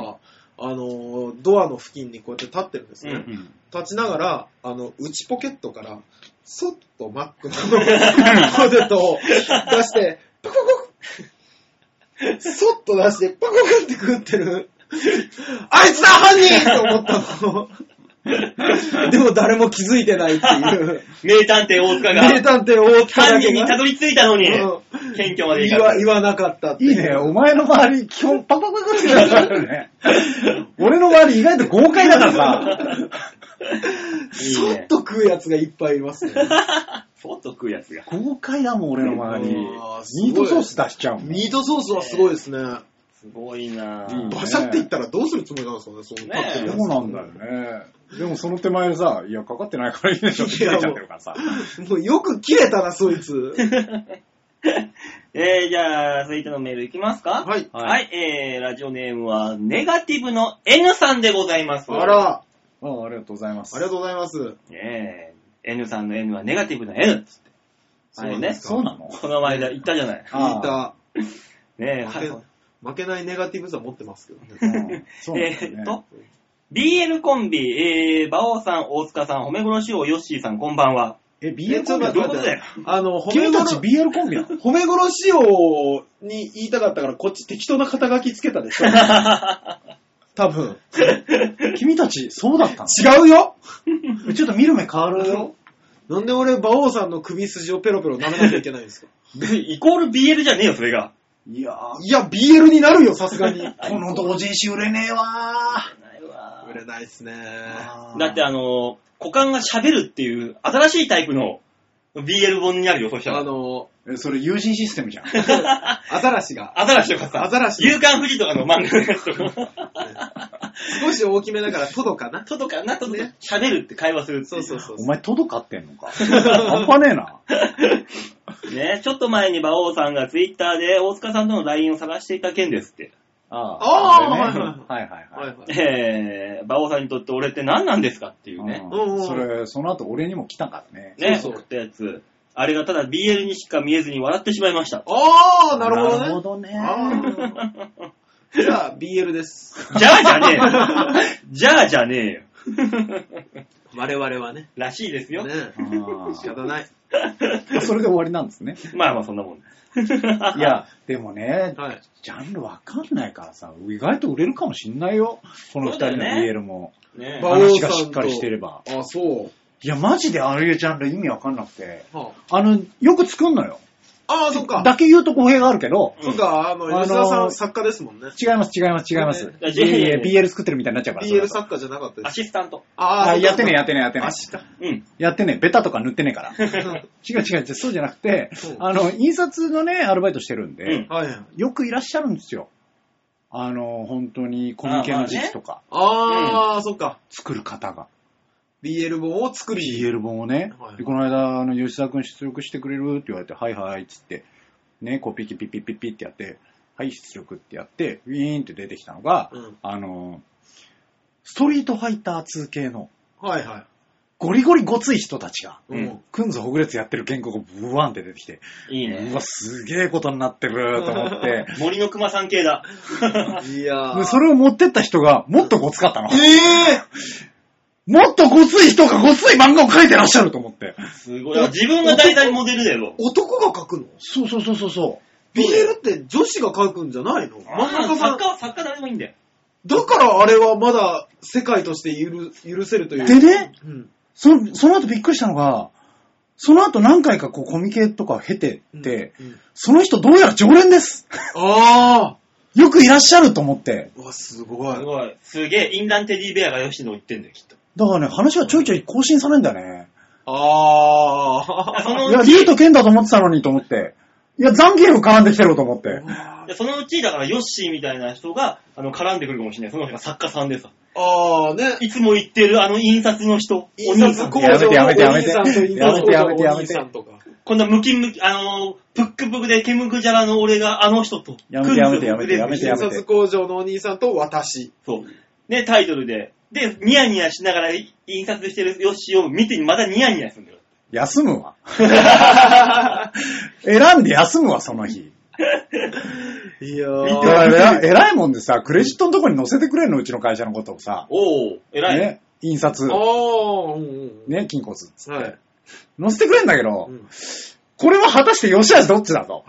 C: あの、ドアの付近にこうやって立ってるんですね。
B: うん
C: 立ちながら、あの、内ポケットから、そっとマッ *laughs* クのポテトを出して、パクパクパクそっと出して、パクパクって食ってる。あいつだ犯人と
B: *laughs*
C: 思ったの。でも誰も気づいてないっていう。
B: 名探偵大塚
C: 名
B: が、
C: 探偵大塚
B: 犯
C: だ
B: 人
C: け
B: にた
C: が
B: どり着いたのに、
C: うん
B: 謙虚までい
C: 言
B: か
C: わ
B: ず。
C: 言わなかったって
D: いいね、お前の周り、基本パパパパってなるね。俺の周り意外と豪快だからさ、
B: いい
C: そっ
B: ね
C: と食うやつがいっぱいいますね。
B: そっと食うやつが。
D: 豪快だもん、俺の周り。
C: うわーすごい
D: ミートソース出しちゃうもん。
C: ミートソースはすごいですね。
B: すごいな
D: うん
B: ぁ。
C: バシャっていったらどうするつもりなんですかね、その立ってるやつ。
D: そうなんだよね。でもその手前でさ、いや、かかってないからいいでしょって切れちゃってるからさ。
C: *laughs* もうよく切れたな、そいつ。
B: えー、じゃあ、続いてのメールいきますか
C: *laughs* はい
B: はい、えー、ラジオネームは、ネガティブの N さんでございます。
C: あら、
D: ああありがとうございます。
C: ありがとうございます。
B: ねえ、N さんの N はネガティブな N っつって。あれね、
D: そうなの
B: この間言ったじゃない。
D: あー
C: 聞いた、
B: ねえ、
C: 負け負けないネガティブさ持ってますけど
D: う
C: ね。
D: んそうなん
B: え
D: だよ
B: ーっ
D: ね。
B: と、BL コンビ、えー、馬王さん、大塚さん、褒め殺し王、ヨッシーさん、こんばんは。 *laughs*
D: え、
C: え
D: BL
C: ち
D: コ
C: ょっと
D: ン *laughs* ビな
B: どういうこと
C: 待
D: の
C: っ
B: だ
C: て
B: よ。
C: あの、褒め
D: 君たち
C: 殺
D: BL コンビなの
C: 褒め殺し王に言いたかったから、こっち適当な肩書きつけたでしょ。多分。
D: 君たち、そうだった
C: 違うよ
D: のちょっと見る目変わるよ。
C: なんで俺、馬王さんの首筋をペロペロ舐めなきゃいけないんですか
B: イコール BL じゃねえよ、それが。
D: いやー、
C: いや、BL になるよ、さすが *laughs* に。
D: この同人誌売れねえわ
C: 売れないっすね。
D: ー。
B: だってあの、股間が喋るっていう、新しいタイプの BL 本になるよ、そした
C: あ
B: ら。
C: の、
D: え、それ友人システムじゃん。
C: アザラシが。
B: アザラシとかさ、
C: アザラシ
B: 勇敢富士とかの漫画のやつとか。
C: 少し大きめだから、トドかな。
B: トドかな、トドか喋るって会話するって
C: そ
B: いう
C: そうそう
D: お
C: そう。
D: 前、届かってんのか。半端ねえな。
B: ね、ちょっと前に馬王さんがツイッターで大塚さんとの LINE を探していた件ですって。
D: あ
C: あー
D: あれねはいはい
C: は
D: はいい。
C: はい。
B: えー、馬王さんにとって俺って何なんですかっていうね。
C: うんうん
D: それ、その後俺にも来たからね。
B: ね、
C: そうそう
B: 送ったやつ。あれがただ BL にしか見えずに笑ってしまいました。
C: あー、なるほどね。
D: なるほどね。
C: あーじゃあ、BL です。
B: じゃあじゃねえよ。じゃあじゃねえよ。
C: 我々はね。
B: らしいですよ。
C: ね
D: あー
C: 仕方ない。
D: それで終わりなん *laughs* ですね。
B: まあまあそんなもん
D: いや、でもね、
C: はい。
D: ジャンルわかんないからさ、意外と売れるかもしんないよ。この二人
B: そう
D: の
B: だよね
D: BL も。
B: *laughs* ね
C: 馬王さんと
D: 話がしっかりしてれば。
C: あ、そう。
D: いや、マジでああいうジャンル意味わかんなくて。
C: は
D: あの、よく作んのよ。
C: あ、ああ、そっか。
D: だけ言うと語弊があるけど、
C: そっか、あの、
D: あのー
C: 吉沢さん作家ですもんね。
D: 違います、違います、違います。
B: え
D: いやいや BL 作ってるみたいになっちゃうから。
C: BL 作家じゃなかったで
B: ア
C: す。
B: シスタント。
C: あ
D: あ
C: そうか
D: やってねえ、やってねえ、やってねえ。 *laughs*
B: うん。
D: やってねえ、ベタとか塗ってねえ *laughs* から。違う違う違う、そうじゃなくて、あの、印刷のね、アルバイトしてるんで、
B: うん
C: はいはい。
D: よくいらっしゃるんですよ。あの、本当にコミケの時期とか、
C: ああ、そっか。
D: 作る方が。
C: BL 本を作り。
D: BL 本をね、
C: はい
D: でこの間、あの、吉沢くん出力してくれるって言われて、はいはいっつって、ね、コピー機ピッピッピッピッってやって、はい、出力ってやって、ウィーンって出てきたのが、
C: うん
D: あの、ストリートファイター2系の、
C: はいはい。
D: ゴリゴリごつい人たちが、
B: うん
C: うん
D: くんずほぐれつやってる原稿がブワーンって出てきて、
B: いいね
D: うわ、。すげえことになってると思 *laughs* って、
B: 森の熊さん系だ。
C: いや
D: で
C: ー。
D: それを持ってった人が、もっとごつかったの。
C: え
D: もっとごつい人がごつい漫画を描いてらっしゃると思って。
B: すごい。自分が大体モデルだよ
C: ぇ。男が書くの
D: そうそうそうそうそう。
C: ?BL って女子が書くんじゃないの
B: あ
C: 漫
B: あ
C: 画家さん
B: 作家。は作家誰でもいいんだよ。
C: だからあれはまだ世界として許許せるという。
D: でね、
C: うん。
D: その、その後びっくりしたのが、その後何回かこうコミケとかを経てって、
C: うん、
D: その人どうやら常連です。
C: あ
D: よくいらっしゃると思って。
C: ー。うわ、すごい。
B: すごい。すげえ、インランテディベアが吉野行ってんだよ、きっと。
D: だからね、話はちょいちょい更新されんだよね。
C: あ
B: あそ
C: ー。
B: の
D: いや、
B: う
D: 竜
B: ち、
D: と剣だと思ってたのにと思って。いや、ザンゲーム絡んできてると思って。
B: そのうち、だからヨッシーみたいな人が、あの、絡んでくるかもしれない。その人が作家さんでさ。
C: あーね。
B: いつも言ってるあの印刷の人。
C: 印刷工場のお
D: やめてやめ
C: 兄
D: て
C: さ
D: や
C: んと
D: めて
C: 印刷工場のお
D: やめ
C: 兄
D: て
C: さ
D: や
C: んとか。
B: こんなムキムキ、あのー、プックプクでケムクジャラの俺があの人と。
D: やめてやめてやめてや
B: 組
D: め
B: んで
D: て
B: る
D: や
C: 印
D: めて。
C: 刷工場のお兄さんと私。
B: そう。ね、タイトルで。で、ニヤニヤしながらい印刷してるヨッシーを見て、またニヤニヤするんだよ。
D: 休むわ。 *laughs* 選んで休むわ、その日。
C: いや
D: だ
C: ー。
D: から偉い偉いもんでさ、クレジットのとこに載せてくれるの、うちの会社のことをさ、
B: おお偉い。
D: ね、印刷、
C: あー、うんうん。
D: ね、筋骨っつって、
C: はい。
D: 載せてくれんだけど、
C: うん
D: これは果たして良し悪しどっちだと。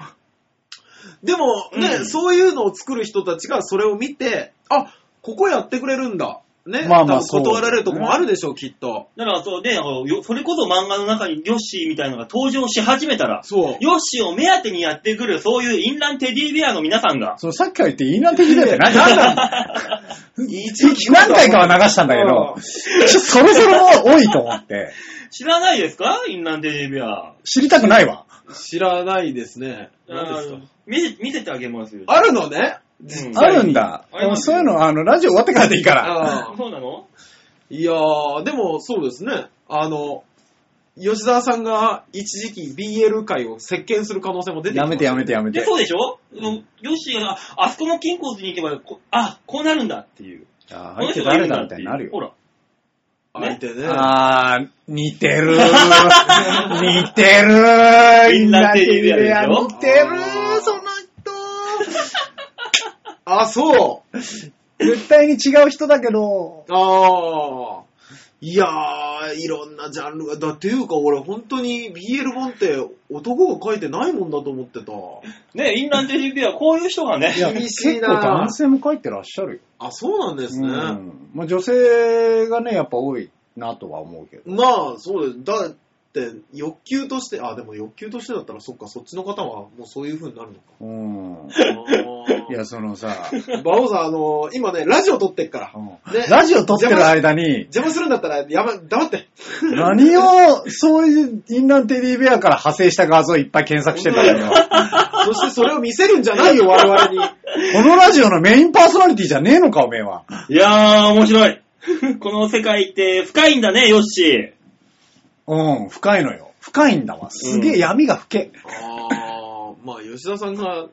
C: でも、ね、
B: うん
C: そういうのを作る人たちがそれを見て、あ、ここやってくれるんだ。ね。
D: まあまあ
C: 多分断られるとこもあるでしょう、きっと。
B: だからそう、で、あのよそれこそ漫画の中にヨッシーみたいなのが登場し始めたら、
C: そう。
B: ヨッシーを目当てにやってくる、そういうインランテディベアの皆さんが、
D: そのさっきから言って、インランテディベアって何何なんだ何回かは流したんだけど、ちょそろそろもう多いと思って、
B: 知らないですかインランテディベア。
D: 知りたくないわ。
C: 知らないですね。何です
B: あ
C: か
B: の見せ見せてあげますよ。
C: あるのね
B: うん
D: あるんだ
B: あり。ます
D: そういうの、あの、ラジオ終わってからでいいから。
C: あ
B: *laughs*
C: ー
B: そうなの
C: いやー、でもそうですね。あの、吉沢さんが一時期 BL 界を席巻する可能性も出てき
D: や
C: ま
D: め
C: す
D: てやめてや
C: めて。
D: め
B: で、
D: て。
B: そうでしょ、うんヨッシーが、ああそこの金庫に行けば、こあ、こうなるんだっていう。
D: あ
B: この
D: 相手
B: 人がいる
D: 誰
B: んだっ
D: だみ
B: てい
D: たい
B: う
D: になるよ
B: ほ。ら。
C: 相手ね。
D: あー、似て *laughs* る。似てる。
B: インランテリアでしょ
D: 似てる
C: あー、
D: その人。
C: あ、そう。
D: 絶対に違う人だけど。
C: あー。いやー、いろんなジャンルが、だっていうか俺本当に BL 本って男が書いてないもんだと思ってた。
B: ね、インランテディベア、こういう人がね
D: い、や、
C: 厳
D: 結
C: しいな
D: 構男性も書いてらっしゃるよ。
C: あ、そうなんですね。
D: うんまあ、女性がね、やっぱ多いなとは思うけど。
C: まあ、そうです。だって欲求として、あ、でも欲求としてだったらそっか、そっちの方はもうそういう風になるのか。
D: うん。
C: あー
D: いや、そのさ、
C: 馬王さん、あの今ね、ラジオ撮ってっから
D: う。ん
C: ね
D: ラジオ撮ってる間に、
C: 邪魔するんだったら、やば、黙って。
D: 何を、そういう、インランテディベアから派生した画像いっぱい検索してんだ *laughs* け
C: *laughs* そ
D: ど、
C: してそれを見せるんじゃないよ、我々に。
D: このラジオのメインパーソナリティじゃねえのか、おめえは。
B: *laughs* いやー、面白い。 *laughs* この世界って深いんだね、ヨッシ
D: うん、深いのよ。深いんだわ。すげ
B: う
D: え
B: ん
D: 闇が深け。
C: あー、まあ、吉田さんが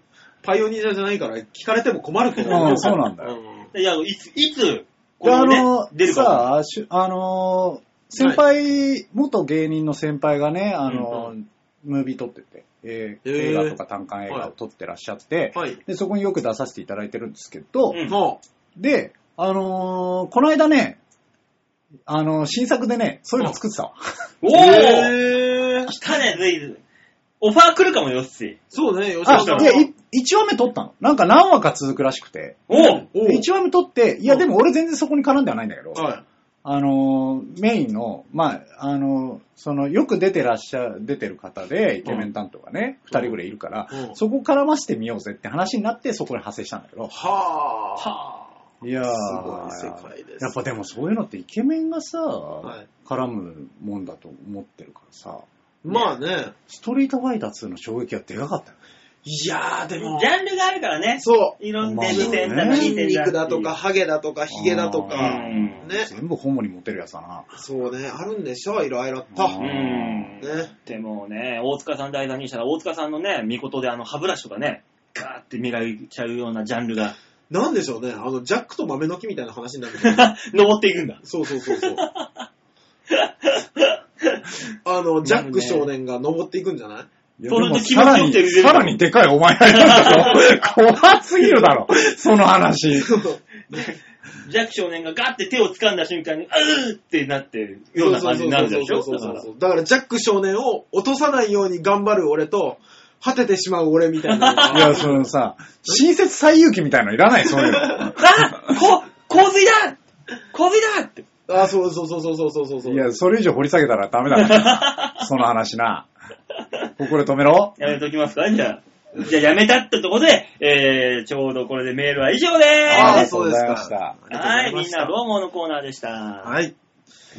C: パイオニアじゃないから、聞かれても困ると思う。
D: うん、そうなんだ
C: ん
D: よ。
B: ー。いや、いつ、いつ、こ
D: であ
B: のね、
D: の、
B: 出るかわかんない。
D: さあ、しゅあのー、先輩、元芸人の先輩がね、あのー、ムービー撮ってて、えー
C: へー
D: 映画とか単館映画を撮ってらっしゃって、
C: はい。
D: で、そこによく出させていただいてるんですけど、
B: うん
C: も
D: で、あのー、この間ね、あのー、新作でね、そういうの作ってたわ。
B: お
C: う、
B: ー
C: へー
B: 来たね、ずいずい。オファー来るかも、ヨッシー。
C: そうね、吉田
D: あ
C: さん、
D: いや、
C: は。
D: い1話目撮ったの。なんか何話か続くらしくて。
B: おー
C: おう
D: 1話目撮って、いや、
C: うん
D: でも俺全然そこに絡んではないんだけど、
C: は
D: あの、メインの、まあ、あの、その、よく出てらっしゃ、出てる方で、イケメン担当がね、
C: うん
D: 二、人ぐらいいるから、
C: うん
D: そこからましてみようぜって話になって、そこで派生したんだけど。
C: はあ。
D: いやー
C: すごい世界です
D: やっぱでもそういうのってイケメンがさ、
C: い
D: 絡むもんだと思ってるからさ、
C: まあね。
D: ストリートファイター2の衝撃はでかかったよ。
C: いやー、で
B: ジ
C: も、
B: ャンルがあるからね。
C: そう。
B: いろんな
D: まあ
B: 2点だ、
D: ね
B: 2
C: 筋
B: 点だ。
C: 肉だとか、。ハゲだとか、ヒゲだと
B: う
C: か、
B: ん。
C: ね
D: 全部ホモにモテるやつだな。
C: そうね、あるんでしょ、いろいろと。
D: あ
B: うん。
C: ね
B: でもね、大塚さん題材にしたら、大塚さんのね、見事であの歯ブラシとかね、ガーって磨いちゃうようなジャンルが、
C: なんでしょうね、あの、ジャックと豆の木みたいな話になるけど
B: 登っていくんだ。
C: そうそうそう
D: *laughs*
C: そう。あの、ジャック少年が登っていくんじゃない
D: いや
B: それ
D: でも
B: と気
D: さ
B: 持ち
D: ら
B: よく
D: に
B: て腕が
D: さらにでかいお前がいるんだぞ。 *laughs* 怖すぎるだろ。その話。
B: ジャック少年がガーって手を掴んだ瞬間に、うーってなって、ような感じになるでしょ
C: そうそうそう
B: だか
C: そうだから、ジャック少年を落とさないように頑張る俺と、果ててしまう俺みたいなの
D: い
C: が。
D: や、そのさ、親切最優機みたいのいらない、そうい
B: *laughs*
D: うの。
B: らあこ、洪水だ洪水だって。
C: あ、そうそうそうそうそうそうそうそう。
D: いや、それ以上掘り下げたらダメだな。その話な。ここで止めろ。
B: やめときますかじゃあ。じゃあやめたってとこで、えー、ちょうどこれでメールは以上で
C: あ
B: ー
C: ー
B: す。
C: そうです
D: ありがとうございま
C: か
D: した。
B: はい、みんな
C: う
B: どうものコーナーでした。
C: はい。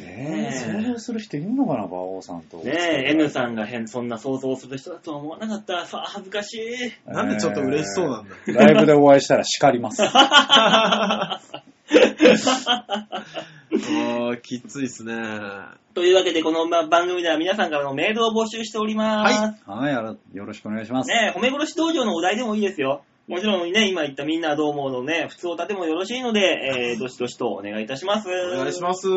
D: え
B: ね
D: え
B: え
D: 想像する人いるのかな、馬王さんと。
B: ねえ、N さんが変、そんな想像する人だとは思わなかった。さあ、恥ずかしい。
C: なんでちょっと嬉しそうなんだ。
D: ライブでお会いしたら叱ります。
C: ああ、きついっすね。は
B: というわけで、このま番組では皆さんからのメールを募集しております。
C: は
D: はい、よろよろしくお願いします。
B: ねえ、褒め殺し道場のお題でもいいですよ。もちろんね、今言ったみんなどう思うのね、普通を立てもよろしいので、えー、どしどしとお願いいたします。
C: お願いし
B: す。
C: ます。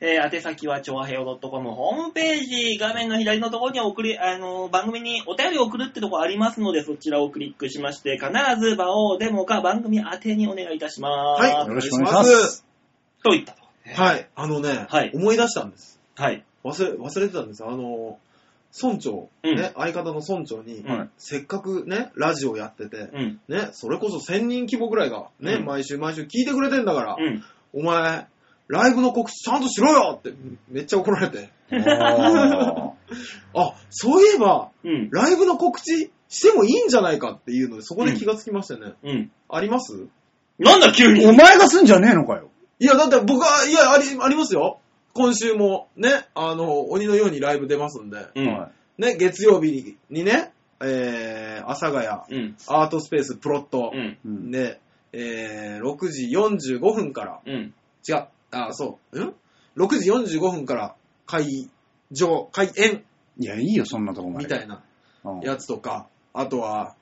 B: えー、宛先は、ちょうはへよ .com ホームページ、画面の左のところに送り、あのー、番組にお便りを送るってとこありますので、そちらをクリックしまして、必ず場をデモか番組宛てにお願いいたします。
C: はい、
D: よろしくお願いします。
B: といったと。
C: はい、あのね、
B: はい
C: 思い出したんです。
B: はい。
C: 忘れ、忘れてたんです。あの、村長、
B: うん
C: ね、相方の村長に、
B: うん
C: せっかくね、ラジオやってて、
B: うん。
C: ね、それこそ1000人規模ぐらいが、ね、
B: うん
C: 毎週毎週聞いてくれてんだから、
B: うん。
C: お前、ライブの告知ちゃんとしろよって、めっちゃ怒られて。
D: おー
C: あ、そういえば、
B: うん。
C: ライブの告知してもいいんじゃないかっていうので、そこで気がつきましたね。
B: うん。
C: あります
B: なんだ急に
D: お前がすんじゃねえのかよ。
C: いや、だって僕は、いや、あり、ありますよ。今週も、ね、あの、鬼のようにライブ出ますんで、
B: うん。
D: は
C: ね、月曜日にね、えー、阿佐ヶ谷、
B: うん。
C: アートスペースプロット
B: う、ん。
D: いうん
C: で、えー、6時45分から、
B: うん。
C: 違う、あ、そう、ん ?6 時45分から、開場、開演、
D: いや、いいよ、そんなとこまで。
C: みたいな
D: うん
C: やつとか、あとは、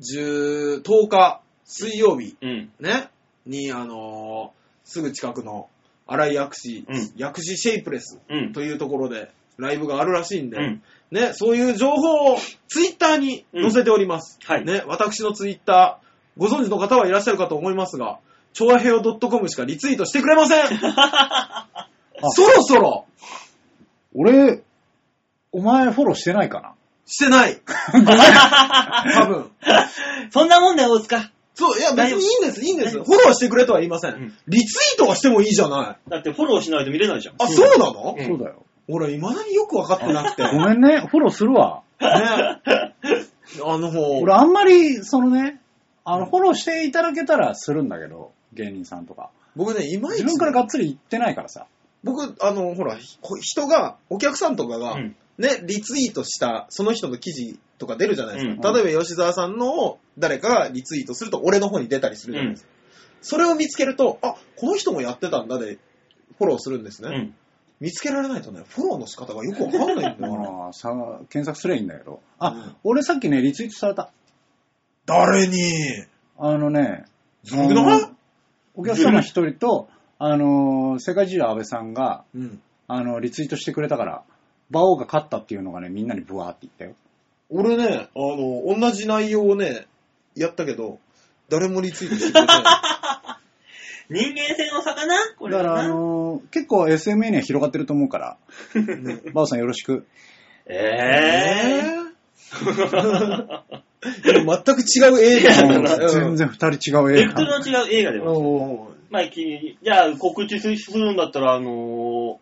C: 10、10日、水曜日、
B: うん。
C: ね、に、あのーすぐ近くの荒井薬師、
B: うん
C: 薬師シェイプレス
B: うん。
C: というところでライブがあるらしいんで、
B: うん
C: ね、そういう情報をツイッターに載せております。
B: うんはい
C: ね、私のツイッター、ご存知の方はいらっしゃるかと思いますが、調和平和 .com しかリツイートしてくれ
B: *laughs*
C: ませんそろそろ
D: 俺、お前フォローしてないか
C: してない多分。
B: そんなもんだよ、大塚。
C: そう、いや別にいいんです、いいんです。フォローしてくれとは言いません。
B: うん
C: リツイートはしてもいいじゃない。
B: だってフォローしないと見れないじゃん。
C: あ、そうなの、
B: う
D: なんそうだよ。
C: 俺、未だによく分かってなく *laughs* て。
D: ごめんね、フォローするわ。
C: ね。あの、
D: 俺あんまり、そのね、あの、フォローしていただけたらするんだけど、芸人さんとか。
C: 僕ね、いまいち、
D: 自分からがっつり言ってないからさ。
C: 僕、あの、ほら、ひ人が、お客さんとかが、
B: うん
C: ね、リツイートした、その人の記事とか出るじゃないですか。
D: うん
C: 例えば、吉沢さんのを誰かがリツイートすると、俺の方に出たりするじゃないですか。それを見つけると、あ、この人もやってたんだで、フォローするんです
B: う
C: ね。
B: ん。
C: 見つけられないとね、フォローの仕方がよくわかんないんだ *laughs* よな。
D: まあ、さ検索すりゃいいんだけど。あ、
C: うん
D: 俺さっきね、リツイートされた。
C: 誰に
D: あのね、
C: ずるくない
D: あのお客様一人と、あの、世界中安倍さんが、
C: うん。
D: あの、リツイートしてくれたから、馬王が勝ったっていうのがね、みんなにブワーって言ったよ。
C: 俺ね、あの、同じ内容をね、やったけど、誰もリツイートしてくれない。
B: 人間性の差かなこれ
D: だ
B: はな
D: から、あのー結構 SMA には広がってると思う
C: *laughs*
D: から、馬王さんよろしく。
B: え
C: えー全く違う映画
D: 全然二人違う
B: ー。ベ
D: 映
B: クトル
D: 画。
B: の違う映画でも。
C: おー
B: まあ、きじゃあ、告知するんだったら、あのー、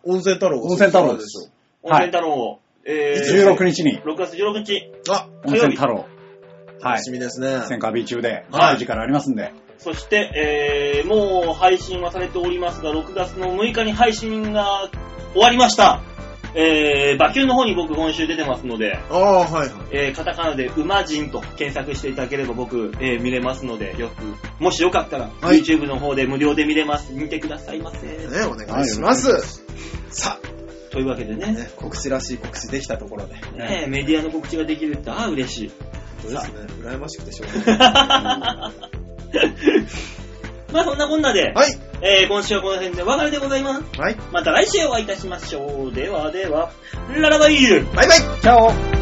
C: 温泉太郎
D: 温泉太郎です。
B: 温泉太郎を、えー、
D: 16日に、
B: 6月16日、
C: あ、
D: 温泉太郎、は
C: 楽
D: い
C: し、みですね。
D: 戦火 B 中で、
B: はい
D: 0時からありますんで、
B: そして、えー、もう配信はされておりますが、6月の6日に配信が終わりました。えー、バキュンの方に僕今週出てますので、
C: ああ、はいはい。
B: えー、カタカナで馬人と検索していただければ僕、えー、見れますので、よく、もしよかったら、
C: はい
B: YouTube の方で無料で見れます。見てくださいませ。
C: ね、お願いします。さ
B: というわけで
C: あ、
B: ね、
C: ね、告知らしい告知できたところで。
B: ねメディアの告知ができるって、ああ、嬉しい。 *laughs*
C: そうですね。羨ましくてしょうがない。
B: まあそんなこんなで、
C: はい。
B: えー、今週はこの辺でお別れでございます。
C: はい。
B: また来週お会いいたしましょう。ではでは、ララバイユ
C: バイバイ
D: チャオ